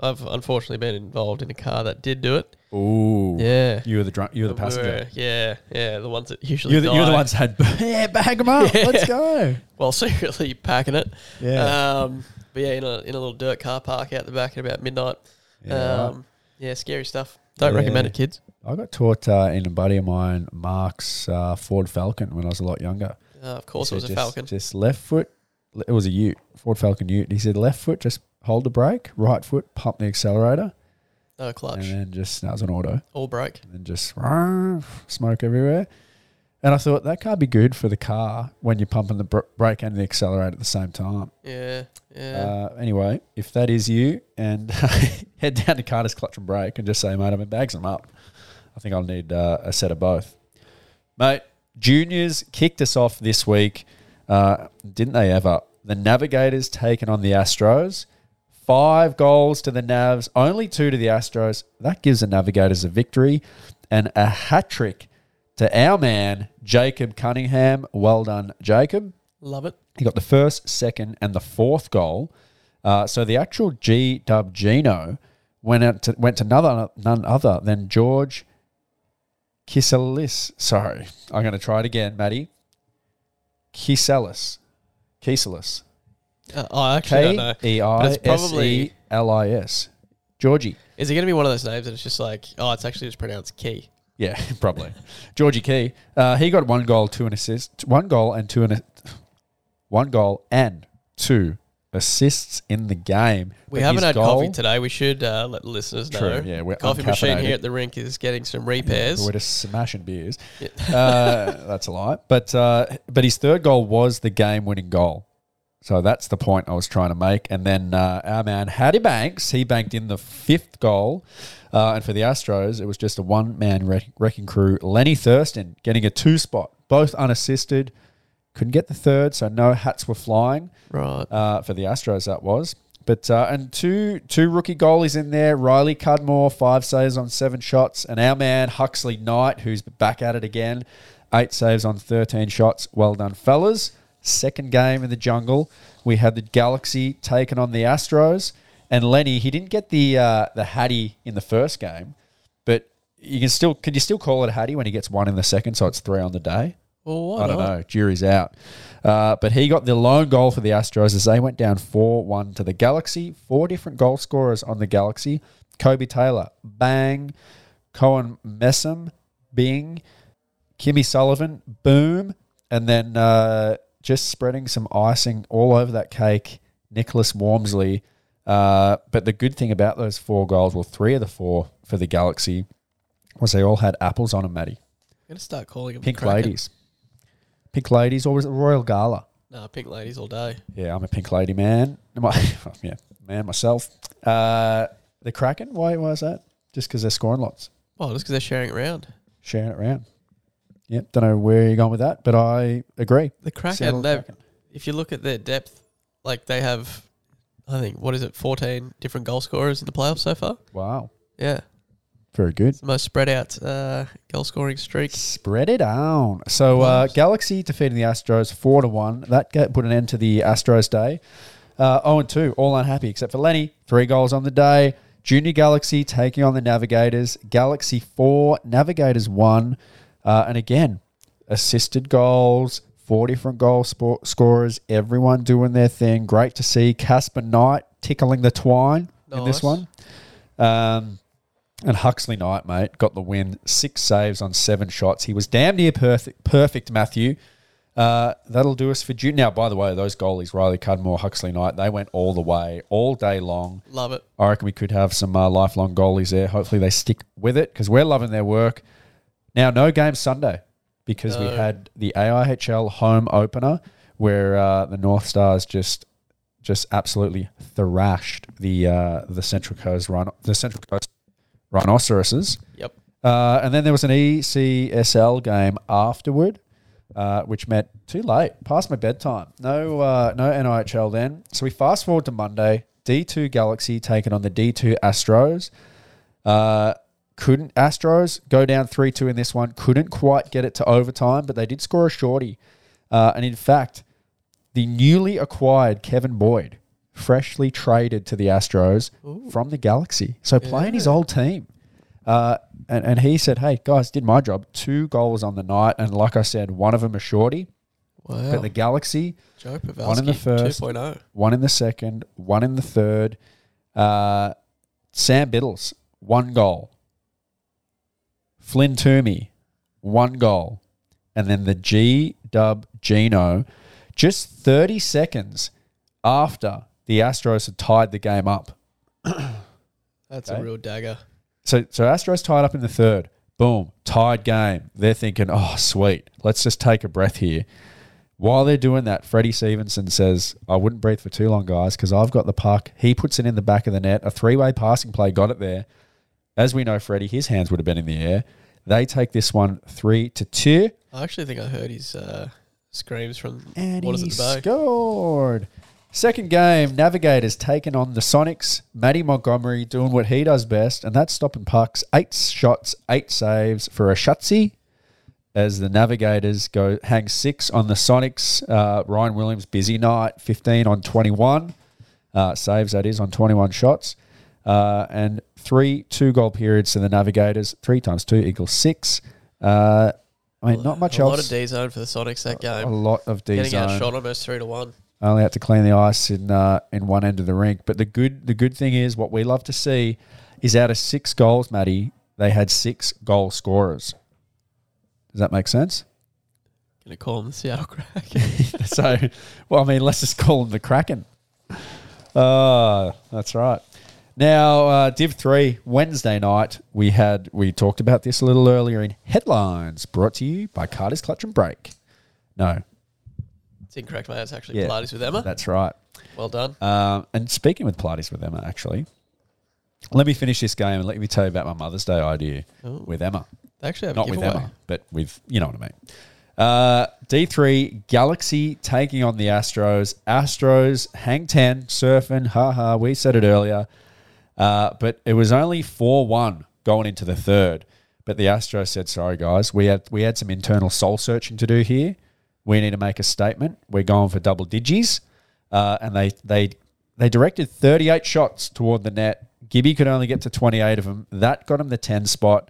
[SPEAKER 1] I've unfortunately been involved in a car that did do it.
[SPEAKER 2] Ooh.
[SPEAKER 1] Yeah.
[SPEAKER 2] You were the drunk. You were the
[SPEAKER 1] We
[SPEAKER 2] passenger.
[SPEAKER 1] were- Yeah, yeah, the ones that usually
[SPEAKER 2] You're the, you're the
[SPEAKER 1] die.
[SPEAKER 2] ones had. Yeah, bag them up.
[SPEAKER 1] Yeah.
[SPEAKER 2] Let's go.
[SPEAKER 1] Well, secretly packing it.
[SPEAKER 2] Yeah.
[SPEAKER 1] Um, but yeah, in a, in a little dirt car park out the back at about midnight.
[SPEAKER 2] Yeah, right.
[SPEAKER 1] um, yeah scary stuff. Don't
[SPEAKER 2] Yeah.
[SPEAKER 1] recommend it, kids.
[SPEAKER 2] I got taught uh, in a buddy of mine, Mark's uh, Ford Falcon, when I was a lot younger.
[SPEAKER 1] Uh, of course,
[SPEAKER 2] He
[SPEAKER 1] it was a
[SPEAKER 2] said,
[SPEAKER 1] Falcon.
[SPEAKER 2] Just, just left foot. It was a Ute, Ford Falcon Ute. He said left foot, just hold the brake, right foot, pump the accelerator,
[SPEAKER 1] No clutch.
[SPEAKER 2] and then just that was an auto,
[SPEAKER 1] All broke.
[SPEAKER 2] and then just rah, smoke everywhere. And I thought that can't be good for the car when you're pumping the br- brake and the accelerator at the same time.
[SPEAKER 1] Yeah, yeah.
[SPEAKER 2] Uh, anyway, if that is you, and head down to Carter's Clutch and Brake and just say, mate, I'm in bags them up. I think I'll need uh, a set of both. Mate, juniors kicked us off this week, uh, didn't they ever? The Navigators taken on the Astros. Five goals to the Navs, only two to the Astros. That gives the Navigators a victory and a hat trick to our man, Jacob Cunningham. Well done, Jacob.
[SPEAKER 1] Love it.
[SPEAKER 2] He got the first, second, and the fourth goal. Uh, so the actual G Dub Gino went out to, went to none, none other than George Kiselis. Sorry, I'm going to try it again, Matty. Kiselis. Kiselis.
[SPEAKER 1] Uh, I actually don't know.
[SPEAKER 2] K E
[SPEAKER 1] But
[SPEAKER 2] I
[SPEAKER 1] it's
[SPEAKER 2] S
[SPEAKER 1] probably-
[SPEAKER 2] E L I S. Georgie.
[SPEAKER 1] Is it going to be one of those names that it's just like, oh, it's actually just pronounced key?
[SPEAKER 2] Yeah, probably. Georgie Key. Uh, he got one goal, two and assist, one goal and two and a, one goal and two assists in the game.
[SPEAKER 1] We
[SPEAKER 2] But
[SPEAKER 1] haven't
[SPEAKER 2] his
[SPEAKER 1] had
[SPEAKER 2] goal-
[SPEAKER 1] coffee today. We should uh, let the listeners
[SPEAKER 2] True,
[SPEAKER 1] know.
[SPEAKER 2] yeah, we're
[SPEAKER 1] coffee machine
[SPEAKER 2] uncaffeinated.
[SPEAKER 1] here at the rink is getting some
[SPEAKER 2] But
[SPEAKER 1] repairs.
[SPEAKER 2] We're just smashing beers.
[SPEAKER 1] Yeah.
[SPEAKER 2] Uh, that's a lie. But uh, but his third goal was the game-winning goal. So that's the point I was trying to make. And then uh, our man Hattie Banks, he banked in the fifth goal. Uh, and for the Astros, it was just a one-man wreck- wrecking crew. Lenny Thurston getting a two-spot, both unassisted. Couldn't get the third, so no hats were flying
[SPEAKER 1] Right.
[SPEAKER 2] uh, for the Astros. That was, but uh, and two two rookie goalies in there. Riley Cudmore five saves on seven shots, and our man Huxley Knight, who's back at it again, eight saves on thirteen shots. Well done, fellas. Second game in the jungle, we had the Galaxy taking on the Astros, and Lenny he didn't get the uh, the Hattie in the first game, but you can still can you still call it a Hattie when he gets one in the second, so it's three on the day.
[SPEAKER 1] well, why
[SPEAKER 2] I don't
[SPEAKER 1] not?
[SPEAKER 2] know. Jury's out. Uh, but he got the lone goal for the Astros as they went down 4 1 to the Galaxy. Four different goal scorers on the Galaxy Kobe Taylor, Bang, Cohen Messam, Bing, Kimmy Sullivan, Boom. And then uh, just spreading some icing all over that cake, Nicholas Wormsley. Uh, but the good thing about those four goals, well, three of the four for the Galaxy, was they all had apples on them, Matty.
[SPEAKER 1] I'm going to start calling them
[SPEAKER 2] Pink
[SPEAKER 1] Kraken.
[SPEAKER 2] ladies. Pink ladies, or was it Royal Gala?
[SPEAKER 1] Nah, pink ladies all day.
[SPEAKER 2] Yeah, I'm a pink lady man. Am I- yeah, man myself. Uh, the Kraken, why was that? Just because they're scoring lots,
[SPEAKER 1] Well, just because they're sharing it around.
[SPEAKER 2] sharing it around. Yep, don't know where you're going with that, but I agree.
[SPEAKER 1] The Kraken,
[SPEAKER 2] Seattle
[SPEAKER 1] they've- if you look at their depth, like they have, I think, what is it, 14 different goal scorers in the playoffs so far?
[SPEAKER 2] Wow,
[SPEAKER 1] Yeah.
[SPEAKER 2] very good.
[SPEAKER 1] It's the most spread out uh, goal scoring streak.
[SPEAKER 2] Spread it out. So uh, Galaxy defeating the Astros four to one. That ga- put an end to the Astros day. Uh, oh and two, all unhappy except for Lenny. Three goals on the day. Junior Galaxy taking on the Navigators. Galaxy four, Navigators one, uh, and again assisted goals. Four different goal spor- scorers. Everyone doing their thing. Great to see. Casper Knight tickling the twine in
[SPEAKER 1] Nice.
[SPEAKER 2] this one. Um, and Huxley Knight, mate, got the win. Six saves on seven shots. He was damn near perfect, perfect Matthew. Uh, that'll do us for June. Now, by the way, those goalies, Riley Cudmore, Huxley Knight, they went all the way, all day long.
[SPEAKER 1] Love it.
[SPEAKER 2] I reckon we could have some uh, lifelong goalies there. Hopefully they stick with it because we're loving their work. Now, no game Sunday because we
[SPEAKER 1] No.
[SPEAKER 2] had the AIHL home opener where uh, the North Stars just just absolutely thrashed the uh, the Central Coast rhino- the Central Coast rhinoceroses.
[SPEAKER 1] Yep.
[SPEAKER 2] Uh, and then there was an ECSL game afterward, uh, which meant too late, past my bedtime. No, uh, no NIHL then. So we fast forward to Monday. D2 Galaxy taking on the D2 Astros. Uh, couldn't Astros go down three two in this one? Couldn't quite get it to overtime, but they did score a shorty. Uh, and in fact, the newly acquired Kevin Boyd, freshly traded to the Astros from the Galaxy, so playing his old team. Uh, and, and he said, "Hey guys, did my job. Two goals on the night, and like I said, one of them a shorty.
[SPEAKER 1] Wow.
[SPEAKER 2] But the Galaxy,
[SPEAKER 1] Joe Pavelski, oh.
[SPEAKER 2] one in the first.
[SPEAKER 1] 2.0.
[SPEAKER 2] one in the second, one in the third. Uh, Sam Biddles, one goal. Flynn Toomey, one goal. And then the G Dub Gino, just 30 seconds after the Astros had tied the game up.
[SPEAKER 1] That's
[SPEAKER 2] Okay.
[SPEAKER 1] a real dagger.
[SPEAKER 2] So, so Astros tied up in the third. Boom, tied game. They're thinking, oh, sweet. Let's just take a breath here. While they're doing that, Freddie Stevenson says, I wouldn't breathe for too long, guys, because I've got the puck. He puts it in the back of the net. A three way passing play got it there. As we know, Freddie, his hands would have been in the air. They take this one three to two.
[SPEAKER 1] I actually think I heard his uh, screams from
[SPEAKER 2] And
[SPEAKER 1] Waters
[SPEAKER 2] he
[SPEAKER 1] at the Bay.
[SPEAKER 2] scored. Second game, Navigators taking on the Sonics. Matty Montgomery doing what he does best, and that's stopping pucks. Eight shots, eight saves for a shutzy. As the Navigators go hang six on the Sonics. Uh, Ryan Williams, busy night, 15 on 21. Uh, saves, that is, on 21 shots. Uh, and three two goal periods to the Navigators. Three times two equals six. Uh, I mean, not much
[SPEAKER 1] a lot of
[SPEAKER 2] else.
[SPEAKER 1] D zone for the Sonics that
[SPEAKER 2] a
[SPEAKER 1] game.
[SPEAKER 2] lot of D
[SPEAKER 1] Getting
[SPEAKER 2] zone.
[SPEAKER 1] outshot almost three to one.
[SPEAKER 2] I only had to clean the ice in uh, in one end of the rink. But the good the good thing is what we love to see is out of six goals, Matty, they had six goal scorers. Does that make sense?
[SPEAKER 1] Gonna call him the Seattle Crack.
[SPEAKER 2] so, well, I mean, let's just call them the Kraken. Uh, that's right. Now, uh, Div Three Wednesday night, we had we talked about this a little earlier in headlines. Brought to you by Carter's Clutch and Break. No,
[SPEAKER 1] it's incorrect, mate. It's actually
[SPEAKER 2] Yeah.
[SPEAKER 1] Pilates with Emma.
[SPEAKER 2] that's right.
[SPEAKER 1] Well done.
[SPEAKER 2] Um, and speaking with Pilates with Emma, actually, let me finish this game and let me tell you about my Mother's Day idea
[SPEAKER 1] Ooh.
[SPEAKER 2] with Emma.
[SPEAKER 1] They actually have
[SPEAKER 2] Not
[SPEAKER 1] a
[SPEAKER 2] with
[SPEAKER 1] giveaway.
[SPEAKER 2] Emma, but with, you know what I mean. Uh, D3, Galaxy taking on the Astros. Astros, hang 10, surfing, haha, we said it earlier. Uh, but it was only 4 1 going into the third. But the Astros said, sorry, guys, we had, we had some internal soul searching to do here. We need to make a statement. We're going for double digis. Uh, and they, they, they directed 38 shots toward the net. Gibby could only get to 28 of them. That got him the 10 spot.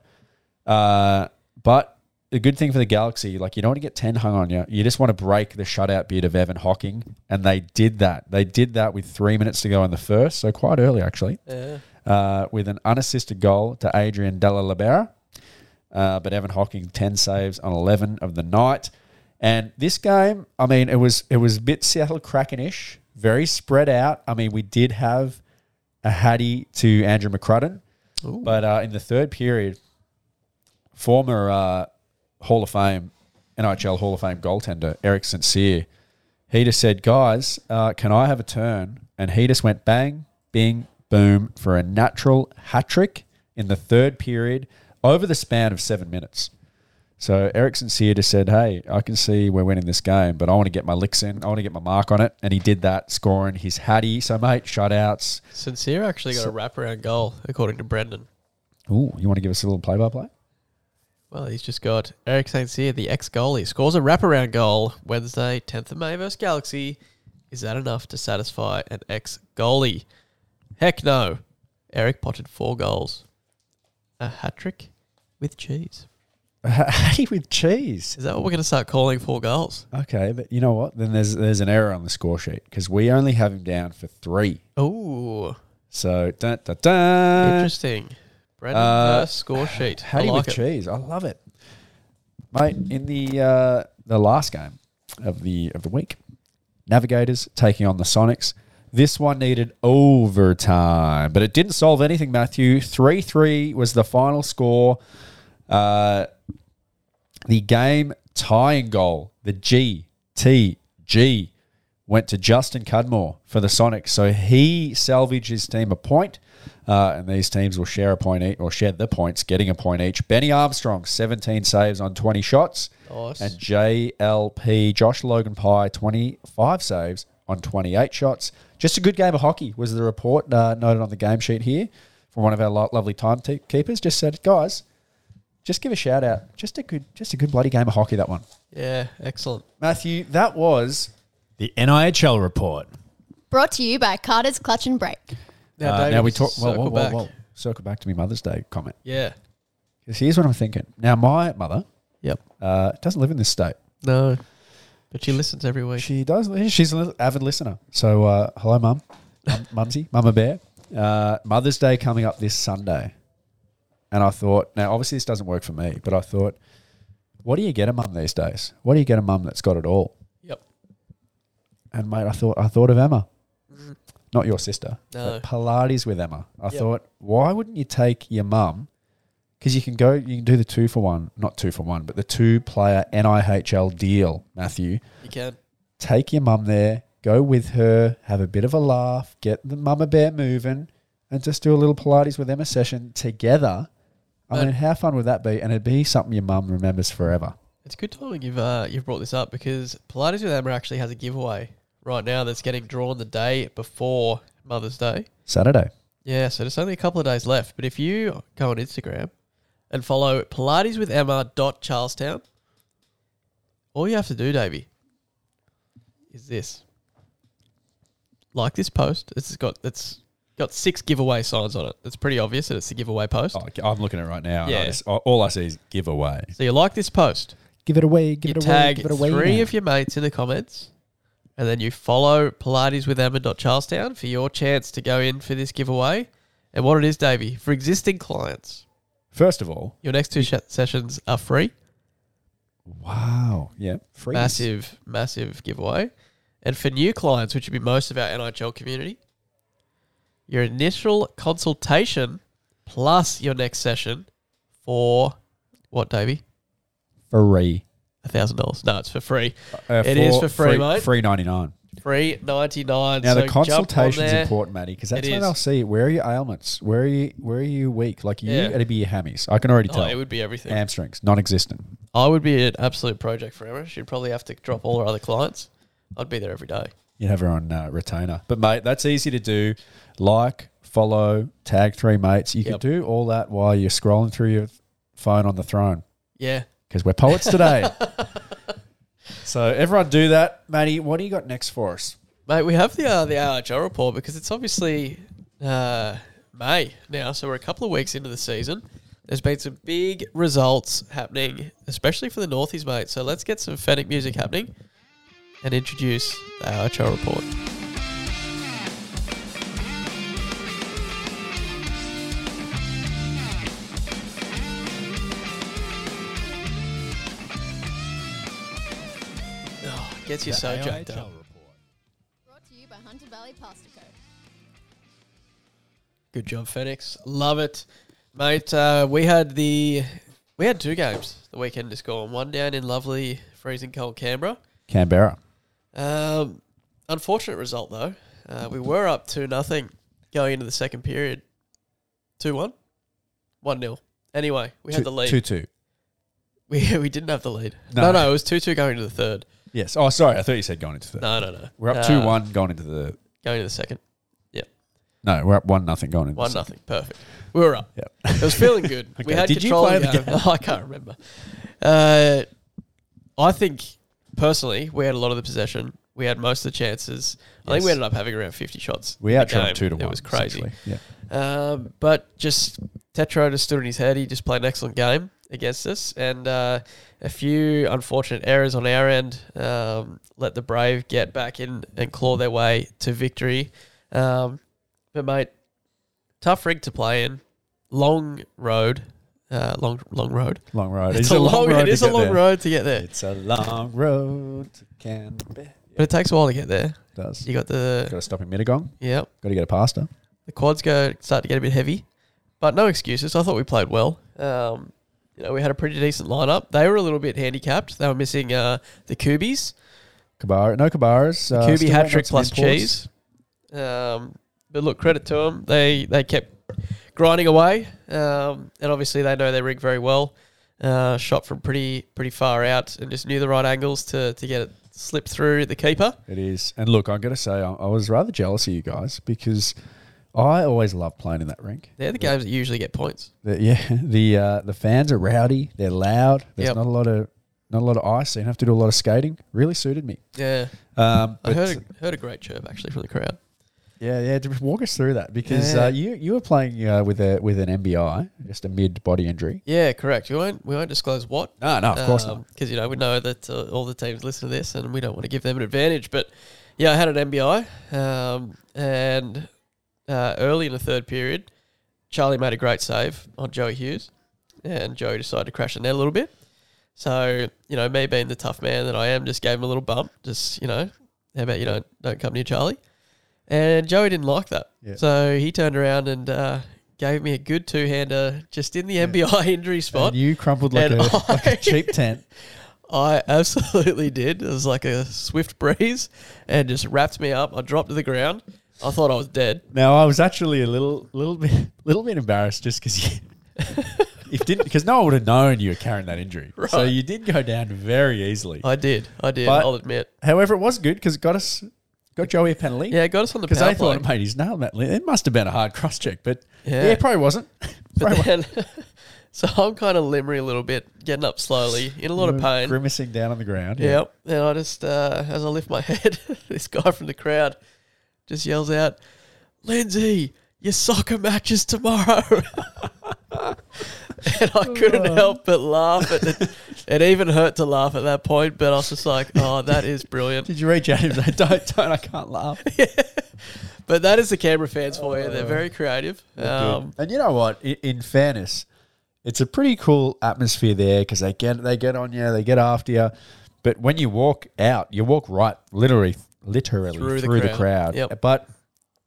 [SPEAKER 2] Uh, but the good thing for the Galaxy, like you don't want to get 10 hung on you. You just want to break the shutout beat of Evan Hocking. And they did that. They did that with three minutes to go in the first. So quite early, actually
[SPEAKER 1] Yeah.
[SPEAKER 2] uh, with an unassisted goal to Adrian Della Libera. Uh, but Evan Hocking, 10 saves on 11 of the night. And this game, I mean, it was it was a bit Seattle Krakenish, very spread out. I mean, we did have a Hattie to Andrew McCrudden. But uh, in the third period, former uh, Hall of Fame, NHL Hall of Fame goaltender, Eric Sincere, he just said, guys, uh, can I have a turn? And he just went bang, bing, boom for a natural hat trick in the third period over the span of seven minutes. So Eric Sincere just said, hey, I can see we're winning this game, but I want to get my licks in. I want to get my mark on it. And he did that, scoring his hattie. So, mate, shutouts.
[SPEAKER 1] Sincere actually got a wraparound goal, according to Brendan.
[SPEAKER 2] Ooh, you want to give us a little play-by-play?
[SPEAKER 1] Well, he's just got Eric Saint-Cyr, the ex-goalie, scores a wraparound goal Wednesday, 10th of May versus Galaxy. Is that enough to satisfy an ex-goalie? Heck no. Eric potted four goals. A hat-trick with cheese.
[SPEAKER 2] Hattie with cheese.
[SPEAKER 1] Is that what we're going to start calling four goals?
[SPEAKER 2] Okay, but you know what? Then there's there's an error on the score sheet because we only have him down for three. Uh,
[SPEAKER 1] Ooh,
[SPEAKER 2] So dun, dun, dun.
[SPEAKER 1] interesting. Brendan
[SPEAKER 2] uh,
[SPEAKER 1] first score sheet.
[SPEAKER 2] Hattie
[SPEAKER 1] I like
[SPEAKER 2] with
[SPEAKER 1] it.
[SPEAKER 2] cheese. I love it, mate. In the uh, the last game of the of the week, Navigators taking on the Sonics. This one needed overtime, but it didn't solve anything. Matthew three three was the final score. Uh, the game tying goal, the GTG, went to Justin Cudmore for the Sonics. So he salvaged his team a point, uh, and these teams will share a point each, or share the points, getting a point each. Benny Armstrong, 17 saves on 20 shots,
[SPEAKER 1] Nice.
[SPEAKER 2] and JLP, Josh Logan Pye, 25 saves on 28 shots. Just a good game of hockey was the report uh, noted on the game sheet here from one of our lo- lovely timekeepers. Just said, guys, just give a shout out. Just a good, just a good bloody game of hockey. That one,
[SPEAKER 1] Yeah, excellent.
[SPEAKER 2] Matthew. That was
[SPEAKER 4] The NIHL report.
[SPEAKER 3] Brought to you by Carter's Clutch and Brake.
[SPEAKER 1] Now,
[SPEAKER 2] Uh,
[SPEAKER 1] David,
[SPEAKER 2] now we talk. Whoa,
[SPEAKER 1] Circle
[SPEAKER 2] whoa, whoa,
[SPEAKER 1] back.
[SPEAKER 2] whoa. Circle back to me Mother's Day comment.
[SPEAKER 1] Yeah.
[SPEAKER 2] 'Cause here's what I'm thinking. Now, my mother
[SPEAKER 1] Yep.
[SPEAKER 2] uh, doesn't live in this state.
[SPEAKER 1] No, but she listens every week.
[SPEAKER 2] She does. She's an avid listener. So, uh, hello, mum, Mum- mumsy, mama bear. Uh, Mother's Day coming up this Sunday, and I thought. Now, obviously, this doesn't work for me, but I thought, what do you get a mum these days? What do you get a mum that's got it all?
[SPEAKER 1] Yep.
[SPEAKER 2] And mate, I thought I thought of Emma, not your sister.
[SPEAKER 1] No.
[SPEAKER 2] but Pilates with Emma. I
[SPEAKER 1] Yep.
[SPEAKER 2] thought, why wouldn't you take your mum? Because you can go, you can do the two for one, not two for one, but the two player NIHL deal, Matthew.
[SPEAKER 1] You can.
[SPEAKER 2] Take your mum there, go with her, have a bit of a laugh, get the mama bear moving, and just do a little Pilates with Emma session together. I
[SPEAKER 1] Mate.
[SPEAKER 2] mean, how fun would that be? And it'd be something your mum remembers forever.
[SPEAKER 1] It's good timing you've uh, you've brought this up because Pilates with Emma actually has a giveaway right now that's getting drawn the day before Mother's Day.
[SPEAKER 2] Saturday.
[SPEAKER 1] Yeah, so there's only a couple of days left. But if you go on Instagram and follow Pilates with Emma dot Charlestown, all you have to do, Davey, is this. Like this post. It's got it's got six giveaway signs on it. It's pretty obvious that it's the giveaway post.
[SPEAKER 2] Oh, I'm looking at it right now.
[SPEAKER 1] and I Yeah. just-
[SPEAKER 2] all I see is giveaway.
[SPEAKER 1] So you like this post.
[SPEAKER 2] Give it away. Give
[SPEAKER 1] you
[SPEAKER 2] it away.
[SPEAKER 1] tag
[SPEAKER 2] give it away.
[SPEAKER 1] three
[SPEAKER 2] now.
[SPEAKER 1] of your mates in the comments, and then you follow Pilates with Emma dot Charlestown for your chance to go in for this giveaway. And what it is, Davey, for existing clients,
[SPEAKER 2] First of all,
[SPEAKER 1] your next two sh- sessions are free.
[SPEAKER 2] wow. Yeah. Free.
[SPEAKER 1] Massive, massive giveaway. And for new clients, which would be most of our NHL community, your initial consultation plus your next session for what, Davey?
[SPEAKER 2] Free.
[SPEAKER 1] A thousand dollars. No, it's for free.
[SPEAKER 2] Uh,
[SPEAKER 1] It is for free, mate.
[SPEAKER 2] Free ninety nine.
[SPEAKER 1] Free ninety nine.
[SPEAKER 2] Now
[SPEAKER 1] so
[SPEAKER 2] the
[SPEAKER 1] jump on
[SPEAKER 2] consultation is
[SPEAKER 1] there.
[SPEAKER 2] important, Matty, because that's
[SPEAKER 1] It
[SPEAKER 2] when
[SPEAKER 1] is.
[SPEAKER 2] they'll see where are your ailments, where are you, where are you weak. Like you,
[SPEAKER 1] Yeah.
[SPEAKER 2] it'd be your hammies. I can already
[SPEAKER 1] Oh,
[SPEAKER 2] tell.
[SPEAKER 1] it would be everything.
[SPEAKER 2] Hamstrings, non-existent.
[SPEAKER 1] I would be an absolute project for Emma. She'd probably have to drop all her other clients. I'd be there every day.
[SPEAKER 2] You'd have her on uh, retainer, but mate, that's easy to do. Like, follow, tag three mates. You
[SPEAKER 1] Yep.
[SPEAKER 2] can do all that while you're scrolling through your phone on the throne.
[SPEAKER 1] Yeah.
[SPEAKER 2] because we're poets today. so everyone do that, Matty. What do you got next for us?
[SPEAKER 1] Mate, we have the uh, the RHL report because it's obviously uh, May now, so we're a couple of weeks into the season. There's been some big results happening, especially for the Northies, mate. So let's get some fennec music happening and introduce the RHL report. Oh, gets you so jacked up.
[SPEAKER 4] report.
[SPEAKER 3] Brought to you by Hunter Valley Pasta Co.
[SPEAKER 1] Good job, Phoenix. Love it, mate. Uh, we had the we had two games the weekend just gone. One down in lovely freezing cold Canberra.
[SPEAKER 2] Canberra.
[SPEAKER 1] Um, unfortunate result though. Uh, we were up two nothing going into the second period. Two one, one nil. Anyway, we had the lead.
[SPEAKER 2] Two two.
[SPEAKER 1] We we didn't have the lead. No,
[SPEAKER 2] No.
[SPEAKER 1] no, it was two two going into the third.
[SPEAKER 2] Yes. Oh, sorry. I thought you said going into the.
[SPEAKER 1] No, no, no.
[SPEAKER 2] We're
[SPEAKER 1] Uh,
[SPEAKER 2] up two one going into the.
[SPEAKER 1] going into the second.
[SPEAKER 2] No, we're up one nothing going into.
[SPEAKER 1] One
[SPEAKER 2] the
[SPEAKER 1] nothing. Perfect. We were up.
[SPEAKER 2] Yep.
[SPEAKER 1] It was feeling good. We
[SPEAKER 2] Okay.
[SPEAKER 1] had
[SPEAKER 2] Did you
[SPEAKER 1] control
[SPEAKER 2] play
[SPEAKER 1] of the
[SPEAKER 2] the
[SPEAKER 1] game. I can't remember. Uh, I think personally, we had a lot of the possession. We had most of the chances. I think we
[SPEAKER 2] Yes.
[SPEAKER 1] ended up having around fifty shots.
[SPEAKER 2] We
[SPEAKER 1] in the
[SPEAKER 2] outshot
[SPEAKER 1] game.
[SPEAKER 2] two to one.
[SPEAKER 1] It was crazy.
[SPEAKER 2] essentially. Yeah.
[SPEAKER 1] Uh, Um, but just Tetra just stood in his head. He just played an excellent game. against us, and uh, a few unfortunate errors on our end um, let the Brave get back in and claw their way to victory. Um, but mate, tough rig to play in, long road, uh, long long road.
[SPEAKER 2] Long road.
[SPEAKER 1] It's, a long, It
[SPEAKER 2] to
[SPEAKER 1] is a
[SPEAKER 2] get
[SPEAKER 1] long
[SPEAKER 2] there.
[SPEAKER 1] road to get there,
[SPEAKER 2] It's a long road to Canberra.
[SPEAKER 1] but it takes a while to get there.
[SPEAKER 2] It does.
[SPEAKER 1] You got the
[SPEAKER 2] Got to stop in Mittagong.
[SPEAKER 1] yeah,
[SPEAKER 2] Got to get a pasta.
[SPEAKER 1] the quads go start to get a bit heavy, but no excuses. I thought we played well. Um, you know, we had a pretty decent lineup. They were a little bit handicapped. They were missing uh, the Kubis.
[SPEAKER 2] Kabara. No Kabaras. Uh,
[SPEAKER 1] Kubi
[SPEAKER 2] still
[SPEAKER 1] hat
[SPEAKER 2] waiting
[SPEAKER 1] trick
[SPEAKER 2] on some
[SPEAKER 1] plus
[SPEAKER 2] imports.
[SPEAKER 1] cheese. Um, but look, credit to them. They they kept grinding away, um, and obviously they know their rig very well. Uh, shot from pretty pretty far out, and just knew the right angles to to get it slip through the keeper.
[SPEAKER 2] It is. And look, I'm going to say I, I was rather jealous of you guys because I always love playing in that rink.
[SPEAKER 1] They're the games that usually get points.
[SPEAKER 2] The- yeah, the uh, the fans are rowdy. They're loud. There's
[SPEAKER 1] Yep.
[SPEAKER 2] not a lot of not a lot of ice. So you don't have to do a lot of skating. Really suited me.
[SPEAKER 1] Yeah,
[SPEAKER 2] Um,
[SPEAKER 1] I
[SPEAKER 2] but-
[SPEAKER 1] heard a, heard a great chirp actually from the crowd.
[SPEAKER 2] Yeah, yeah. Just walk us through that because
[SPEAKER 1] Yeah.
[SPEAKER 2] uh, you you were playing uh, with a with an MBI, just a mid body injury.
[SPEAKER 1] Yeah, correct. We won't we won't disclose what.
[SPEAKER 2] No, no, of course not.
[SPEAKER 1] Because Um, you know we know that uh, all the teams listen to this, and we don't want to give them an advantage. But yeah, I had an MBI, um, and uh, early in the third period, Charlie made a great save on Joey Hughes, and Joey decided to crash the net a little bit. So you know, me being the tough man that I am, just gave him a little bump. Just you know, how about you don't don't come near Charlie? And Joey didn't like that,
[SPEAKER 2] Yeah.
[SPEAKER 1] so he turned around and uh, gave me a good two hander just in the MBI injury spot.
[SPEAKER 2] And you crumpled like,
[SPEAKER 1] And
[SPEAKER 2] a,
[SPEAKER 1] I-
[SPEAKER 2] like a cheap tent.
[SPEAKER 1] I absolutely did. It was like a swift breeze and just wrapped me up. I dropped to the ground. I thought I was dead.
[SPEAKER 2] Now I was actually a little little bit little bit embarrassed just because you. If didn't because no one would have known you were carrying that injury, so
[SPEAKER 1] Right. Uh,
[SPEAKER 2] you did go down very easily.
[SPEAKER 1] I did. I did.
[SPEAKER 2] But-
[SPEAKER 1] I'll admit.
[SPEAKER 2] However, it was good because it got us got Joey a penalty.
[SPEAKER 1] Yeah, it got us on the
[SPEAKER 2] because
[SPEAKER 1] power
[SPEAKER 2] they
[SPEAKER 1] play.
[SPEAKER 2] thought, mate, he's nailed that. It must have been a hard cross check, but
[SPEAKER 1] Yeah.
[SPEAKER 2] yeah, it probably wasn't. Probably
[SPEAKER 1] But then, so I'm kind of limbering a little bit, getting up slowly, in a lot of
[SPEAKER 2] wasn't.
[SPEAKER 1] pain.
[SPEAKER 2] grimacing down on the ground.
[SPEAKER 1] Yep. And I just, uh, as I lift my head, this guy from the crowd just yells out, Lindsay, your soccer match is tomorrow. and I couldn't help but laugh at it. It even hurt to laugh at that point, but I was just like, oh, that is brilliant.
[SPEAKER 2] Did you read James? Don't, don't. I can't laugh.
[SPEAKER 1] But that is the Canberra fans for you. They're very creative. Um,
[SPEAKER 2] and you know what? In, in fairness, it's a pretty cool atmosphere there because they get they get on you, they get after you. But when you walk out, you walk right, literally, literally
[SPEAKER 1] Through
[SPEAKER 2] through,
[SPEAKER 1] the
[SPEAKER 2] the,
[SPEAKER 1] crowd.
[SPEAKER 2] crowd.
[SPEAKER 1] Yep.
[SPEAKER 2] But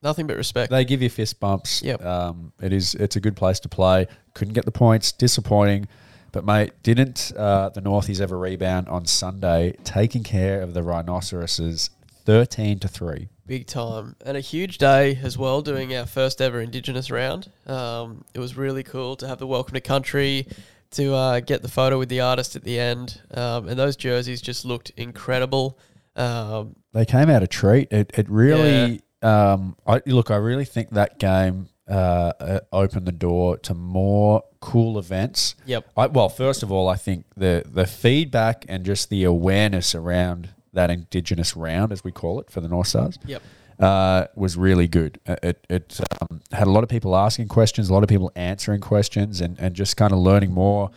[SPEAKER 1] nothing but respect.
[SPEAKER 2] they give you fist bumps.
[SPEAKER 1] Yep.
[SPEAKER 2] Um, it is. It's a good place to play. Couldn't get the points. Disappointing. But mate, didn't uh, the Northies ever rebound on Sunday, taking care of the rhinoceroses, thirteen to three?
[SPEAKER 1] Big time. And a huge day as well, doing our first ever Indigenous round. Um, it was really cool to have the Welcome to Country, to uh, get the photo with the artist at the end. Um, and those jerseys just looked incredible. Um,
[SPEAKER 2] They came out a treat. It, it really. Um, I look. I really think that game uh, uh, opened the door to more cool events.
[SPEAKER 1] Yep.
[SPEAKER 2] I, well, first of all, I think the the feedback and just the awareness around that Indigenous round, as we call it, for the North Stars.
[SPEAKER 1] yep.
[SPEAKER 2] uh, was really good. Uh, It, it um, had a lot of people asking questions, a lot of people answering questions, and, and just kind of learning more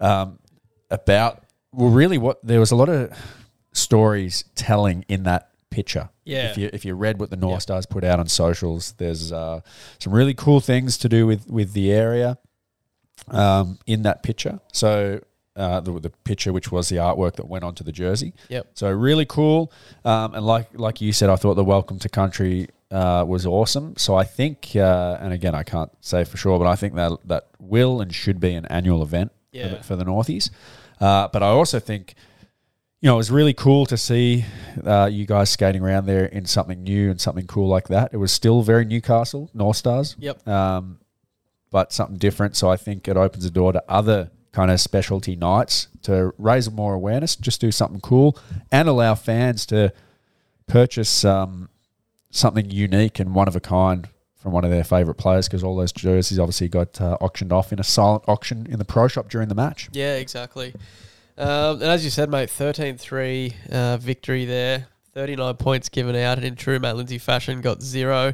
[SPEAKER 2] um, about, well, really what there was a lot of stories telling in that picture.
[SPEAKER 1] Yeah.
[SPEAKER 2] If you, if you read what the North Stars put out on socials, there's uh, some really cool things to do with, with the area um, in that picture. So uh, the, the picture, which was the artwork that went onto the jersey.
[SPEAKER 1] Yep.
[SPEAKER 2] So really cool. Um, and like like you said, I thought the welcome to country uh, was awesome. So I think, uh, and again, I can't say for sure, but I think that that will and should be an annual event for,
[SPEAKER 1] Yeah.
[SPEAKER 2] the, for the Northies. Uh, but I also think. You know, it was really cool to see uh, you guys skating around there in something new and something cool like that. It was still very Newcastle North Stars,
[SPEAKER 1] Yep.
[SPEAKER 2] um, but something different. So I think it opens the door to other kind of specialty nights to raise more awareness, just do something cool, and allow fans to purchase um, something unique and one of a kind from one of their favourite players because all those jerseys obviously got uh, auctioned off in a silent auction in the pro shop during the match.
[SPEAKER 1] Yeah, exactly. Um, and as you said, mate, 13 3 uh, victory there. 39 points given out, and in true Matt Lindsay fashion, got zero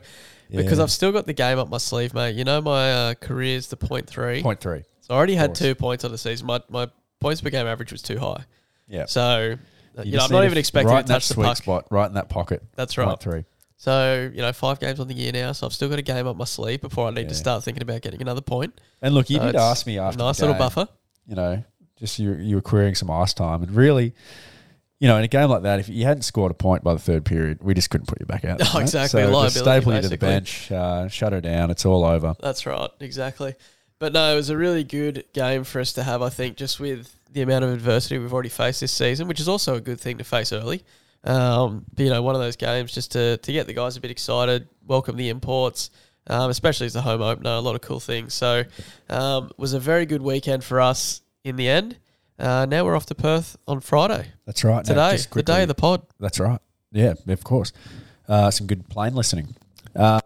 [SPEAKER 1] because I've still got the game up my sleeve, mate. You know, my uh, career's the point three.
[SPEAKER 2] Point three.
[SPEAKER 1] So So I already had
[SPEAKER 2] course.
[SPEAKER 1] two points on the season. My my points per game average was too high.
[SPEAKER 2] Yeah.
[SPEAKER 1] So uh, you, know,
[SPEAKER 2] just
[SPEAKER 1] I'm not
[SPEAKER 2] need
[SPEAKER 1] even
[SPEAKER 2] f-
[SPEAKER 1] expecting
[SPEAKER 2] right
[SPEAKER 1] to
[SPEAKER 2] in that
[SPEAKER 1] touch the
[SPEAKER 2] sweet
[SPEAKER 1] puck.
[SPEAKER 2] spot, right in that pocket.
[SPEAKER 1] That's right.
[SPEAKER 2] Point three.
[SPEAKER 1] So you know, five games on the year now. So I've still got a game up my sleeve before I need to
[SPEAKER 2] Yeah.
[SPEAKER 1] start thinking about getting another point.
[SPEAKER 2] And look, you
[SPEAKER 1] So
[SPEAKER 2] did
[SPEAKER 1] it's
[SPEAKER 2] ask me
[SPEAKER 1] a
[SPEAKER 2] after
[SPEAKER 1] nice
[SPEAKER 2] the
[SPEAKER 1] little
[SPEAKER 2] game,
[SPEAKER 1] buffer.
[SPEAKER 2] You know, just you you were querying some ice time, and really, you know, in a game like that, if you hadn't scored a point by the third period, we just couldn't put you back out.
[SPEAKER 1] No,
[SPEAKER 2] there, mate.
[SPEAKER 1] Oh, exactly,
[SPEAKER 2] So just
[SPEAKER 1] liability,
[SPEAKER 2] staple you to the
[SPEAKER 1] basically.
[SPEAKER 2] bench, uh, shut her down. It's all over.
[SPEAKER 1] That's right, exactly. But no, it was a really good game for us to have. I think just with the amount of adversity we've already faced this season, which is also a good thing to face early. Um, but, you know, one of those games just to to get the guys a bit excited, welcome the imports, um, especially as the home opener. A lot of cool things. So um, it was a very good weekend for us in the end. Uh, now we're off to Perth on Friday
[SPEAKER 2] That's right. Now,
[SPEAKER 1] today,
[SPEAKER 2] just
[SPEAKER 1] the day
[SPEAKER 2] quickly-
[SPEAKER 1] of the pod.
[SPEAKER 2] That's right. Yeah, of course. Uh, some good plane listening. Uh,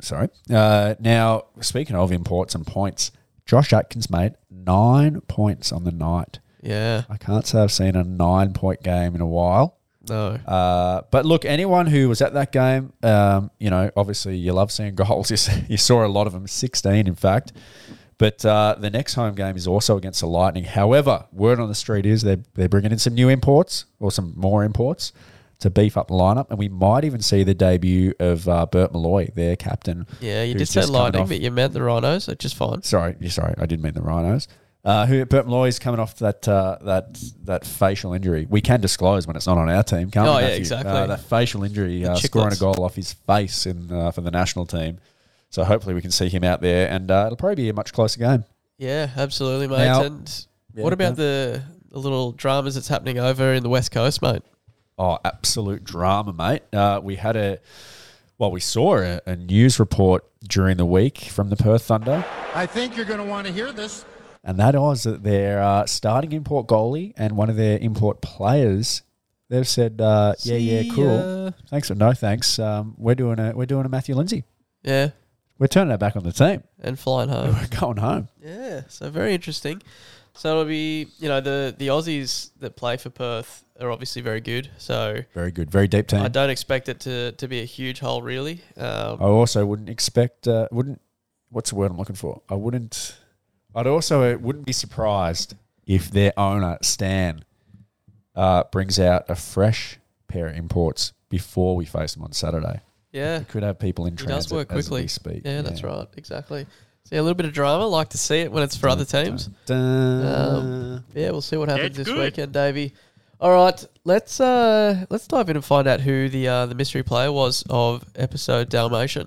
[SPEAKER 2] sorry. Uh, now, speaking of imports and points, Josh Atkins made nine points on the night.
[SPEAKER 1] Yeah,
[SPEAKER 2] I can't say I've seen a nine point game in a while.
[SPEAKER 1] no,
[SPEAKER 2] Uh, but look, anyone who was at that game, um, you know, obviously you love seeing goals. You, see, you saw a lot of them, 16 in fact. But uh, the next home game is also against the Lightning. However, word on the street is they're, they're bringing in some new imports or some more imports to beef up the lineup. And we might even see the debut of uh, Burt Malloy, their captain.
[SPEAKER 1] yeah. You did
[SPEAKER 2] who's
[SPEAKER 1] say
[SPEAKER 2] just coming
[SPEAKER 1] lightning,
[SPEAKER 2] off-
[SPEAKER 1] but you meant the rhinos, so just fine.
[SPEAKER 2] Sorry, yeah, sorry, I didn't mean the rhinos. Uh, who Burt Malloy's coming off that uh, that that facial injury. We can disclose when it's not on our team, can't
[SPEAKER 1] Oh,
[SPEAKER 2] we?
[SPEAKER 1] yeah,
[SPEAKER 2] Matthew?
[SPEAKER 1] exactly.
[SPEAKER 2] Uh, that facial injury, uh,
[SPEAKER 1] chicklets.
[SPEAKER 2] scoring a goal off his face in uh, for the national team. So hopefully we can see him out there, and uh, it'll probably be a much closer game.
[SPEAKER 1] Yeah, absolutely, mate.
[SPEAKER 2] Now-
[SPEAKER 1] and
[SPEAKER 2] Yeah,
[SPEAKER 1] what about
[SPEAKER 2] yeah.
[SPEAKER 1] the, the little dramas that's happening over in the West Coast, mate?
[SPEAKER 2] Oh, absolute drama, mate. Uh, we had a well, we saw a, a news report during the week from the Perth Thunder.
[SPEAKER 5] I think you're going to want to hear this.
[SPEAKER 2] And that was that their uh, starting import goalie and one of their import players, they've said, uh, "Yeah, yeah, cool, thanks, but no thanks. Um, we're doing a we're doing a Matthew Lindsay.
[SPEAKER 1] Yeah,
[SPEAKER 2] We're turning our back on the team.
[SPEAKER 1] and flying home.
[SPEAKER 2] We're going home."
[SPEAKER 1] yeah, so very interesting. So it'll be, you know, the the Aussies that play for Perth are obviously very good. So
[SPEAKER 2] Very good, very deep team.
[SPEAKER 1] I
[SPEAKER 2] I,
[SPEAKER 1] don't expect it to to be a huge hole, really. Um,
[SPEAKER 2] also wouldn't expect, uh, wouldn't what's the word I'm looking for? I wouldn't. I'd also uh, wouldn't be surprised if their owner Stan uh, brings out a fresh pair of imports before we face them on Saturday.
[SPEAKER 1] yeah,
[SPEAKER 2] We could have people in
[SPEAKER 1] he
[SPEAKER 2] transit
[SPEAKER 1] does work
[SPEAKER 2] as
[SPEAKER 1] quickly.
[SPEAKER 2] we speak.
[SPEAKER 1] Yeah, that's right, exactly. See a little bit of drama. Like to see it when it's for other teams.
[SPEAKER 2] Uh,
[SPEAKER 1] Um, yeah, we'll see what happens
[SPEAKER 5] That's
[SPEAKER 1] this
[SPEAKER 5] good.
[SPEAKER 1] weekend, Davey. All right, let's uh, let's dive in and find out who the uh, the mystery player was of episode Dalmatian.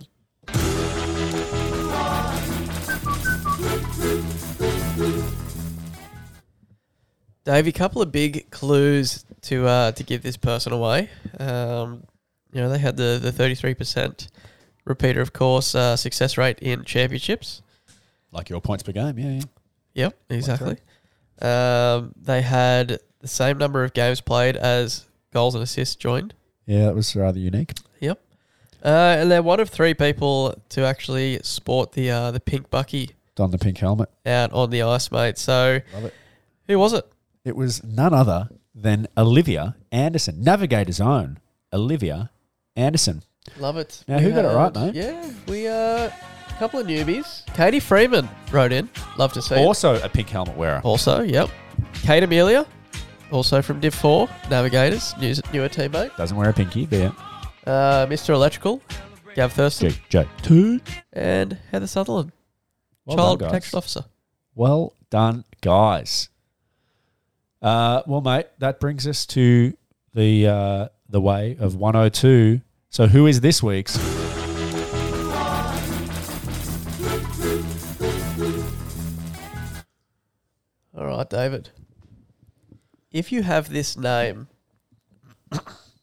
[SPEAKER 1] Davey, couple of big clues to uh, to give this person away. Um, you know, they had the the thirty three percent repeater, of course, uh, success rate in championships.
[SPEAKER 2] like your points per game, yeah. yeah.
[SPEAKER 1] Yep, exactly. Um, they had the same number of games played as goals and assists joined.
[SPEAKER 2] Yeah, that was rather unique.
[SPEAKER 1] Yep. Uh, and they're one of three people to actually sport the uh, the pink bucky
[SPEAKER 2] Don the pink helmet.
[SPEAKER 1] out on the ice, mate. So,
[SPEAKER 2] Love it.
[SPEAKER 1] who was it?
[SPEAKER 2] It was none other than Olivia Anderson, Navigator's own Olivia Anderson.
[SPEAKER 1] Love it.
[SPEAKER 2] Now,
[SPEAKER 1] We
[SPEAKER 2] who got it right, mate?
[SPEAKER 1] Yeah, we uh, a couple of newbies. Katie Freeman wrote in. Love to see. it.
[SPEAKER 2] Also a pink helmet wearer.
[SPEAKER 1] Also, yep. Kate Amelia, also from Div Four Navigators, news, newer teammate.
[SPEAKER 2] Doesn't wear a pinky, but yeah.
[SPEAKER 1] Uh, Mr. Electrical, Gav Thurston.
[SPEAKER 2] Jake, Jake. Two.
[SPEAKER 1] and Heather Sutherland,
[SPEAKER 2] Well
[SPEAKER 1] Child
[SPEAKER 2] done, guys.
[SPEAKER 1] Protection Officer.
[SPEAKER 2] Well done, guys. Uh, well, mate, that brings us to the uh, the way of 102. So, who is this week's?
[SPEAKER 1] All right, David. If you have this name,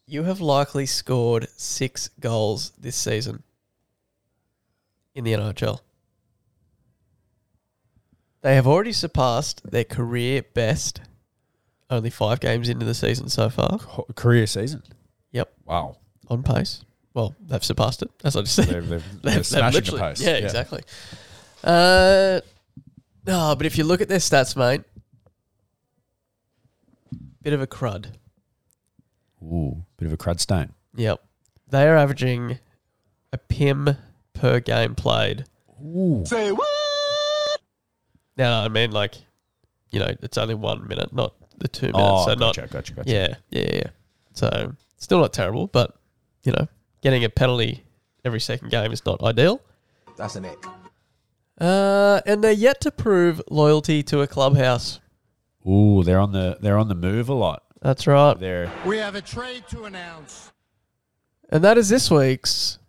[SPEAKER 1] you have likely scored six goals this season in the NHL. They have already surpassed their career best only five games into the season so far.
[SPEAKER 2] Career season.
[SPEAKER 1] Yep,
[SPEAKER 2] Wow.
[SPEAKER 1] on pace. Well, they've surpassed it, as I just said.
[SPEAKER 2] They're, they're,
[SPEAKER 1] They've-
[SPEAKER 2] they're
[SPEAKER 1] they've
[SPEAKER 2] smashing the
[SPEAKER 1] literally-
[SPEAKER 2] post.
[SPEAKER 1] Yeah, exactly. Uh, no, but if you look at their stats, mate, bit of a crud.
[SPEAKER 2] Ooh, bit of a crud stain.
[SPEAKER 1] Yep. They are averaging a PIM per game played.
[SPEAKER 5] Say what?
[SPEAKER 1] No, no, I mean like, you know, it's only one minute, not the two minutes.
[SPEAKER 4] Oh,
[SPEAKER 1] so not
[SPEAKER 4] gotcha, gotcha, gotcha.
[SPEAKER 1] yeah, yeah, yeah. So still not terrible, but you know, getting a penalty every second game is not ideal.
[SPEAKER 6] That's an ick.
[SPEAKER 1] Uh, and they're yet to prove loyalty to a clubhouse.
[SPEAKER 4] Ooh, they're on the they're on the move a lot.
[SPEAKER 1] That's right.
[SPEAKER 4] They're
[SPEAKER 5] We have a trade to announce.
[SPEAKER 1] And that is this week's.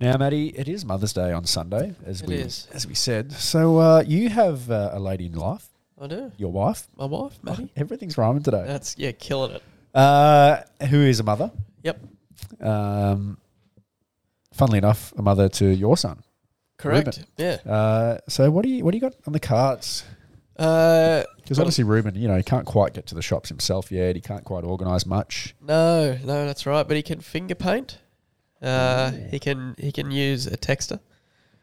[SPEAKER 2] Now, Maddie, it is Mother's Day on Sunday, as
[SPEAKER 1] It
[SPEAKER 2] we
[SPEAKER 1] is.
[SPEAKER 2] as we said. So uh, you have uh, a lady in life,
[SPEAKER 1] I do.
[SPEAKER 2] your wife.
[SPEAKER 1] My wife, Maddie.
[SPEAKER 2] Everything's rhyming today.
[SPEAKER 1] Oh, That's yeah, killing it.
[SPEAKER 2] Uh, who is a mother?
[SPEAKER 1] Yep.
[SPEAKER 2] Um, funnily enough, a mother to your son.
[SPEAKER 1] Correct. Yeah.
[SPEAKER 2] Uh, so what do you what do you got on the cards?
[SPEAKER 1] Uh,
[SPEAKER 2] Because obviously Ruben, you know, he can't quite get to the shops himself yet. He can't quite organise much.
[SPEAKER 1] no, no, that's right. But he can finger paint. Uh, he can he can use a texter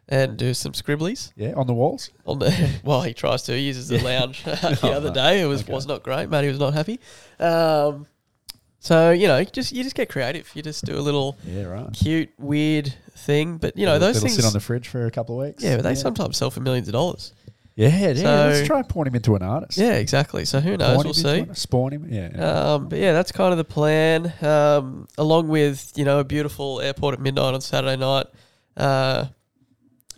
[SPEAKER 1] and do some scribblies
[SPEAKER 2] Yeah, on the walls.
[SPEAKER 1] on the. Well, he tries to. He uses the lounge the other day. It was was not great. Matty was not happy. Um, so you know, you just you just get creative. You just do a little
[SPEAKER 2] Yeah, right.
[SPEAKER 1] cute, weird thing. But you know,
[SPEAKER 2] That'll-
[SPEAKER 1] those
[SPEAKER 2] that'll
[SPEAKER 1] things.
[SPEAKER 2] sit on the fridge for a couple of weeks.
[SPEAKER 1] yeah, but they sometimes sell for millions of dollars.
[SPEAKER 2] Yeah, yeah.
[SPEAKER 1] So-
[SPEAKER 2] let's try and point him into an artist.
[SPEAKER 1] Yeah, exactly. So who knows?
[SPEAKER 2] Point
[SPEAKER 1] We'll
[SPEAKER 2] him into
[SPEAKER 1] see.
[SPEAKER 2] an- Spawn him. Yeah. yeah.
[SPEAKER 1] Um, but yeah, that's kind of the plan. Um, along with you know a beautiful airport at midnight on Saturday night, uh,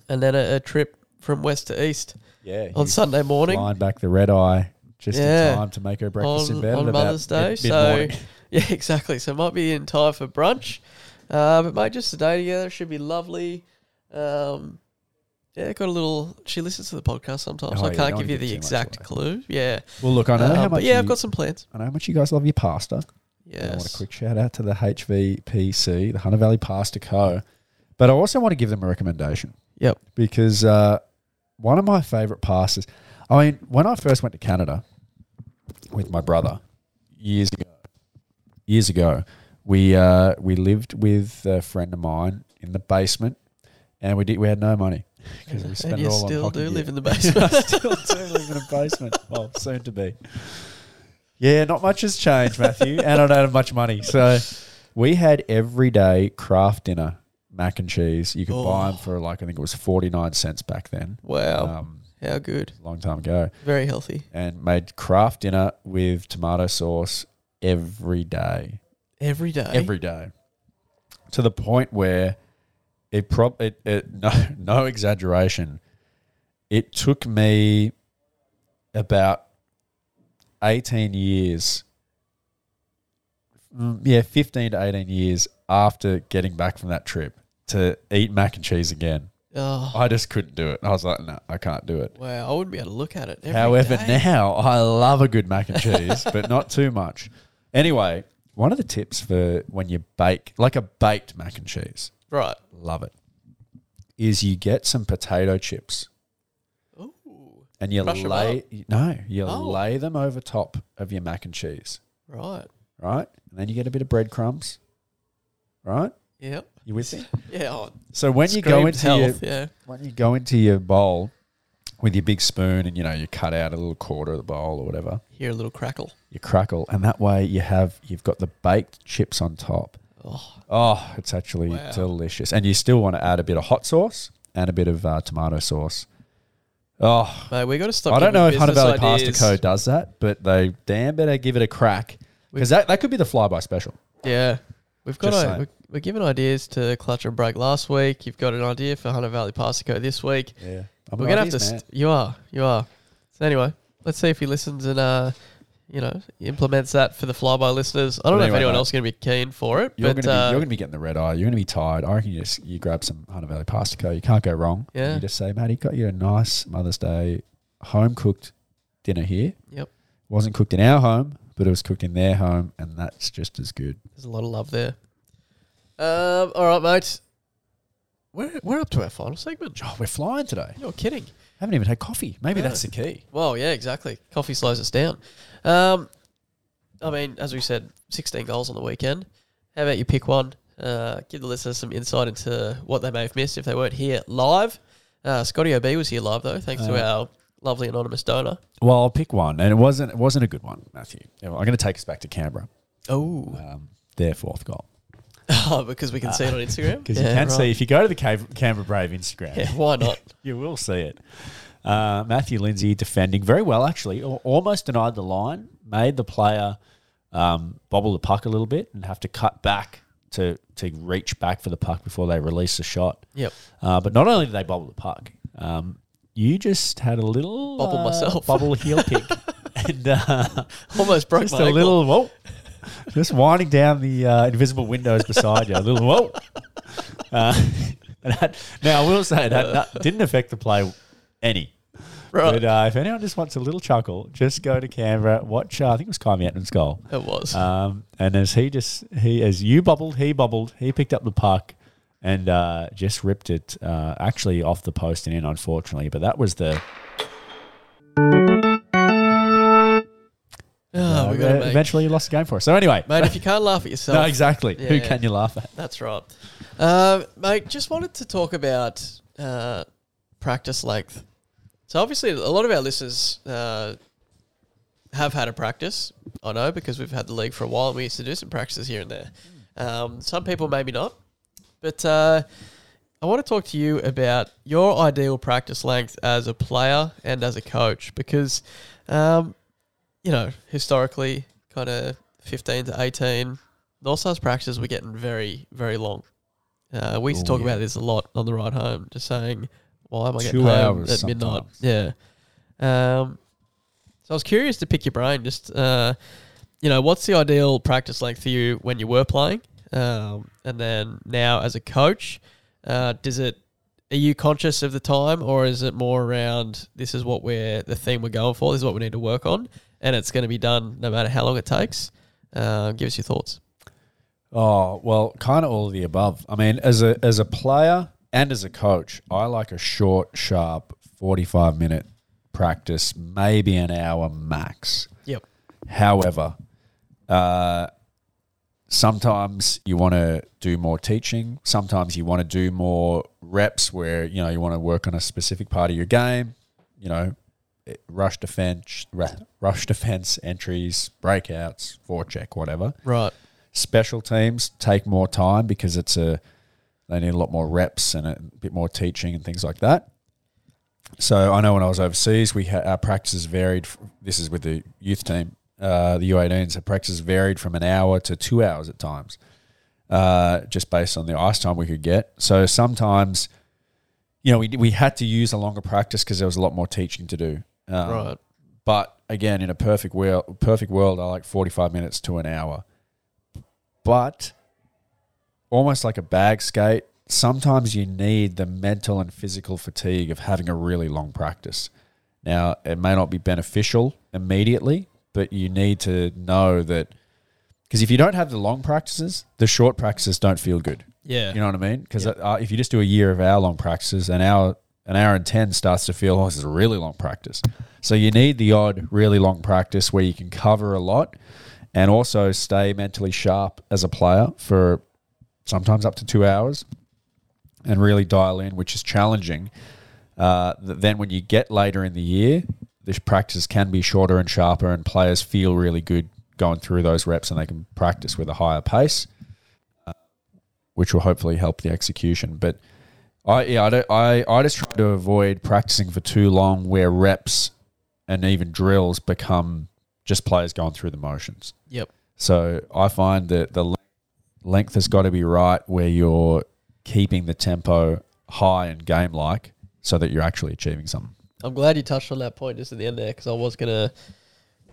[SPEAKER 1] and then a, a trip from west to east
[SPEAKER 2] yeah
[SPEAKER 1] on
[SPEAKER 2] he's
[SPEAKER 1] Sunday morning
[SPEAKER 2] Flying back the red eye just
[SPEAKER 1] Yeah.
[SPEAKER 2] in time to make her breakfast in
[SPEAKER 1] on,
[SPEAKER 2] bed
[SPEAKER 1] on
[SPEAKER 2] at about
[SPEAKER 1] Mother's Day.
[SPEAKER 2] mid-
[SPEAKER 1] so
[SPEAKER 2] mid-morning.
[SPEAKER 1] yeah, exactly. So might be in time for brunch, uh, but mate, just a day together should be lovely. Um, yeah, got a little. She listens to the podcast sometimes.
[SPEAKER 2] Oh,
[SPEAKER 1] so I
[SPEAKER 2] yeah, don't
[SPEAKER 1] can't
[SPEAKER 2] wanna
[SPEAKER 1] give you
[SPEAKER 2] give
[SPEAKER 1] the
[SPEAKER 2] too much
[SPEAKER 1] exact
[SPEAKER 2] away.
[SPEAKER 1] clue. Yeah,
[SPEAKER 2] Well, look, I know
[SPEAKER 1] Um,
[SPEAKER 2] how
[SPEAKER 1] but
[SPEAKER 2] much.
[SPEAKER 1] yeah,
[SPEAKER 2] you,
[SPEAKER 1] I've got some plans.
[SPEAKER 2] I know how much you guys love your pasta. I want a
[SPEAKER 1] Yes.
[SPEAKER 2] quick shout out to the HVPC, the Hunter Valley Pasta Co. But I also want to give them a recommendation.
[SPEAKER 1] Yep.
[SPEAKER 2] Because uh, one of my favorite pastas, I mean, when I first went to Canada with my brother years ago, years ago, we uh, we lived with a friend of mine in the basement, and we did we had no money because we spent
[SPEAKER 1] And
[SPEAKER 2] it
[SPEAKER 1] you
[SPEAKER 2] all on
[SPEAKER 1] still
[SPEAKER 2] hockey
[SPEAKER 1] do
[SPEAKER 2] gear.
[SPEAKER 1] live in the
[SPEAKER 2] I
[SPEAKER 1] basement.
[SPEAKER 2] still do live in a basement. Well, soon to be. Yeah, not much has changed, Matthew, and I don't have much money. So we had everyday craft dinner mac and cheese. You could buy them for like I think it was forty nine cents back then,
[SPEAKER 1] wow,
[SPEAKER 2] um,
[SPEAKER 1] how good.
[SPEAKER 2] a long time ago,
[SPEAKER 1] Very healthy.
[SPEAKER 2] and made craft dinner with tomato sauce every day,
[SPEAKER 1] Every day.
[SPEAKER 2] every day, to the point where it prob it, it no no exaggeration, it took me about 18 years mm, yeah 15 to 18 years after getting back from that trip to eat mac and cheese again
[SPEAKER 1] Oh,
[SPEAKER 2] i just couldn't do it i was like no i can't do it
[SPEAKER 1] wow. I wouldn't be able to look at it. every
[SPEAKER 2] however
[SPEAKER 1] day.
[SPEAKER 2] now i love a good mac and cheese but not too much anyway one of the tips for when you bake like a baked mac and cheese
[SPEAKER 1] Right.
[SPEAKER 2] love it is you get some potato chips
[SPEAKER 1] Ooh.
[SPEAKER 2] and you
[SPEAKER 1] Crush 'em
[SPEAKER 2] lay no you
[SPEAKER 1] Oh.
[SPEAKER 2] lay them over top of your mac and cheese
[SPEAKER 1] Right.
[SPEAKER 2] right? And then you get a bit of breadcrumbs, right?
[SPEAKER 1] Yep.
[SPEAKER 2] You with me?
[SPEAKER 1] Yeah. Oh,
[SPEAKER 2] So when you go
[SPEAKER 1] screamed
[SPEAKER 2] into your,
[SPEAKER 1] health. yeah.
[SPEAKER 2] when you go into your bowl with your big spoon, and you know you cut out a little quarter of the bowl or whatever,
[SPEAKER 1] Hear a little crackle.
[SPEAKER 2] you crackle, and that way you have you've got the baked chips on top.
[SPEAKER 1] Oh.
[SPEAKER 2] Oh, it's actually
[SPEAKER 1] Wow.
[SPEAKER 2] delicious, and you still want to add a bit of hot sauce and a bit of uh, tomato sauce. Oh,
[SPEAKER 1] Mate, we got to stop.
[SPEAKER 2] I don't
[SPEAKER 1] giving
[SPEAKER 2] know if Hunter
[SPEAKER 1] business
[SPEAKER 2] Valley Pasta
[SPEAKER 1] ideas.
[SPEAKER 2] Co. does that, but they damn better give it a crack because that, that could be the flyby special.
[SPEAKER 1] Yeah. We've got.
[SPEAKER 2] Just
[SPEAKER 1] A,
[SPEAKER 2] saying.
[SPEAKER 1] we're, we're giving ideas to Clutch and Break last week. You've got an idea for Hunter Valley Pastico this week.
[SPEAKER 2] Yeah, I'm
[SPEAKER 1] we're
[SPEAKER 2] an
[SPEAKER 1] gonna have
[SPEAKER 2] ideas
[SPEAKER 1] to.
[SPEAKER 2] man.
[SPEAKER 1] St- you are. You are. So anyway, let's see if he listens and uh, you know, implements that for the flyby listeners. I don't know if
[SPEAKER 2] But anyway,
[SPEAKER 1] anyone
[SPEAKER 2] mate,
[SPEAKER 1] else is going to be keen for it,
[SPEAKER 2] You're
[SPEAKER 1] but
[SPEAKER 2] gonna
[SPEAKER 1] uh,
[SPEAKER 2] be you're gonna be getting the red eye. You're gonna be tired. I reckon you just you grab some Hunter Valley Pasta Co. You can't go wrong.
[SPEAKER 1] Yeah.
[SPEAKER 2] You just say, mate, he got you a nice Mother's Day home cooked dinner here.
[SPEAKER 1] Yep.
[SPEAKER 2] Wasn't cooked in our home, but it was cooked in their home, and that's just as good.
[SPEAKER 1] There's a lot of love there. Um, all right, mate. We're, we're up to our final segment.
[SPEAKER 2] Oh, we're flying today.
[SPEAKER 1] You're kidding.
[SPEAKER 2] Haven't even had coffee. Maybe
[SPEAKER 1] No.
[SPEAKER 2] that's the key.
[SPEAKER 1] Well, yeah, exactly. Coffee slows us down. Um, I mean, as we said, 16 goals on the weekend. How about you pick one? Uh, give the listeners some insight into what they may have missed if they weren't here live. Uh, Scotty OB was here live, though, thanks
[SPEAKER 2] Uh.
[SPEAKER 1] to our lovely anonymous donor.
[SPEAKER 2] Well, I'll pick one, and it wasn't it wasn't a good one, Matthew. Yeah, well, I'm gonna take us back to Canberra.
[SPEAKER 1] Oh,
[SPEAKER 2] Um, their fourth goal.
[SPEAKER 1] Oh, because we can see it on Instagram.
[SPEAKER 2] Because
[SPEAKER 1] Yeah,
[SPEAKER 2] you can
[SPEAKER 1] right.
[SPEAKER 2] see, if you go to the Cav- Canberra Brave Instagram,
[SPEAKER 1] Yeah, why not?
[SPEAKER 2] you will see it. Uh, Matthew Lindsay defending very well, actually. Al- Almost denied the line, made the player um, bobble the puck a little bit and have to cut back to, to reach back for the puck before they release the shot.
[SPEAKER 1] Yep.
[SPEAKER 2] Uh, but not only did they bobble the puck, um, you just had a little
[SPEAKER 1] Bobble
[SPEAKER 2] uh,
[SPEAKER 1] myself.
[SPEAKER 2] bobble heel kick, and uh,
[SPEAKER 1] Almost broke
[SPEAKER 2] just
[SPEAKER 1] my
[SPEAKER 2] a
[SPEAKER 1] ankle.
[SPEAKER 2] little whoa, just winding down the uh, invisible windows beside you. A little whoa. Uh, and that, now I will say that, that didn't affect the play any.
[SPEAKER 1] Right.
[SPEAKER 2] But uh, if anyone just wants a little chuckle, just go to Canberra. Watch, uh, I think it was Kyme Atman's goal.
[SPEAKER 1] It was.
[SPEAKER 2] Um, and as he just he as you bubbled, he bubbled. He picked up the puck and uh, just ripped it uh, actually off the post and in, unfortunately. But that was the
[SPEAKER 1] oh,
[SPEAKER 2] uh,
[SPEAKER 1] Ah, we got to make.
[SPEAKER 2] eventually you lost the game for us. So anyway,
[SPEAKER 1] Mate, if you can't laugh at yourself,
[SPEAKER 2] no, exactly.
[SPEAKER 1] Yeah,
[SPEAKER 2] Who
[SPEAKER 1] yeah.
[SPEAKER 2] can you laugh at?
[SPEAKER 1] That's right. Uh, mate, just wanted to talk about uh, practice length. So, obviously, a lot of our listeners uh, have had a practice, I know, because we've had the league for a while and we used to do some practices here and there. Um, some people, maybe not. But uh, I want to talk to you about your ideal practice length as a player and as a coach because, um, you know, historically, kind of 15 to 18, North Stars practices were getting very, very long. Uh, we used to
[SPEAKER 2] Oh,
[SPEAKER 1] talk
[SPEAKER 2] yeah.
[SPEAKER 1] about this a lot on the ride home, just saying, why am I getting
[SPEAKER 2] Two
[SPEAKER 1] home
[SPEAKER 2] hours
[SPEAKER 1] at midnight? Yeah. Um, so I was curious to pick your brain. Just uh, you know, what's the ideal practice length for you when you were playing, um, and then now as a coach, uh, does it? Are you conscious of the time, or is it more around this is what we're the theme we're going for? This is what we need to work on, and it's going to be done no matter how long it takes. Uh, give us your thoughts.
[SPEAKER 2] Oh well, kind of all of the above. I mean, as a as a player and as a coach, I like a short, sharp, forty five minute practice, maybe an hour max.
[SPEAKER 1] Yep.
[SPEAKER 2] However, uh, sometimes you want to do more teaching. Sometimes you want to do more reps where you know you want to work on a specific part of your game. You know, it- rush defense, ra- rush defense entries, breakouts, forecheck, whatever.
[SPEAKER 1] Right.
[SPEAKER 2] Special teams take more time because it's a they need a lot more reps and a bit more teaching and things like that. So I know when I was overseas, we had our practices varied. f- This is with the youth team, uh, the U18s. Our practices varied from an hour to two hours at times, uh, just based on the ice time we could get. So sometimes, you know, we we had to use a longer practice because there was a lot more teaching to do. Um,
[SPEAKER 1] Right.
[SPEAKER 2] But again, in a perfect world, perfect world, I like forty-five minutes to an hour. But almost like a bag skate, sometimes you need the mental and physical fatigue of having a really long practice. Now, it may not be beneficial immediately, but you need to know that because if you don't have the long practices, the short practices don't feel good.
[SPEAKER 1] Yeah.
[SPEAKER 2] You know what I mean? Because uh, if you just do a year of hour long practices, an hour, an hour and ten starts to feel, oh, this is a really long practice. So you need the odd really long practice where you can cover a lot, and also stay mentally sharp as a player for sometimes up to two hours, and really dial in, which is challenging. Uh, th- then when you get later in the year, this practice can be shorter and sharper, and players feel really good going through those reps, and they can practice with a higher pace which will hopefully help the execution. But I yeah, I don't, I I just try to avoid practicing for too long where reps and even drills become just players going through the motions.
[SPEAKER 1] Yep.
[SPEAKER 2] So I find that the le- length has got to be right where you're keeping the tempo high and game like so that you're actually achieving something.
[SPEAKER 1] I'm glad you touched on that point just at the end there because I was going to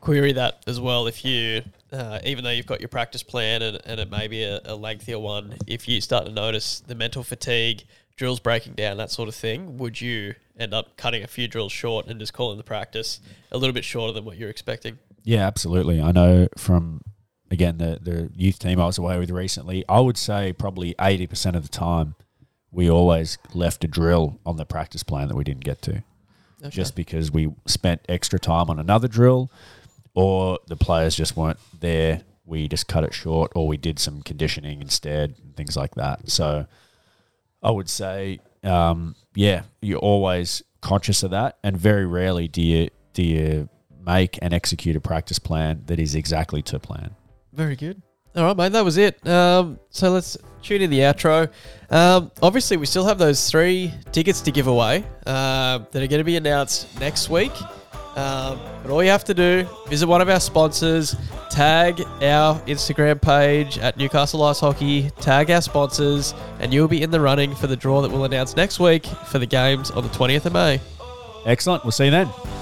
[SPEAKER 1] query that as well. If you, uh, even though you've got your practice plan and, and it may be a, a lengthier one, if you start to notice the mental fatigue, drills breaking down, that sort of thing, would you end up cutting a few drills short and just calling the practice a little bit shorter than what you're expecting?
[SPEAKER 2] Yeah, absolutely. I know from again the the youth team I was away with recently. I would say probably eighty percent of the time, we always left a drill on the practice plan that we didn't get to, just because we spent extra time on another drill, or the players just weren't there. We just cut it short, or we did some conditioning instead, and things like that. So, I would say, um, yeah, you're always conscious of that, and very rarely do you do you make and execute a practice plan that is exactly to plan.
[SPEAKER 1] Very good. All right, mate, that was it. Um, so let's tune in the outro. Um, obviously, we still have those three tickets to give away uh, that are going to be announced next week. Um, but all you have to do visit one of our sponsors, tag our Instagram page at Newcastle Ice Hockey, tag our sponsors, and you'll be in the running for the draw that we'll announce next week for the games on the 20th of May.
[SPEAKER 2] Excellent. We'll see you then.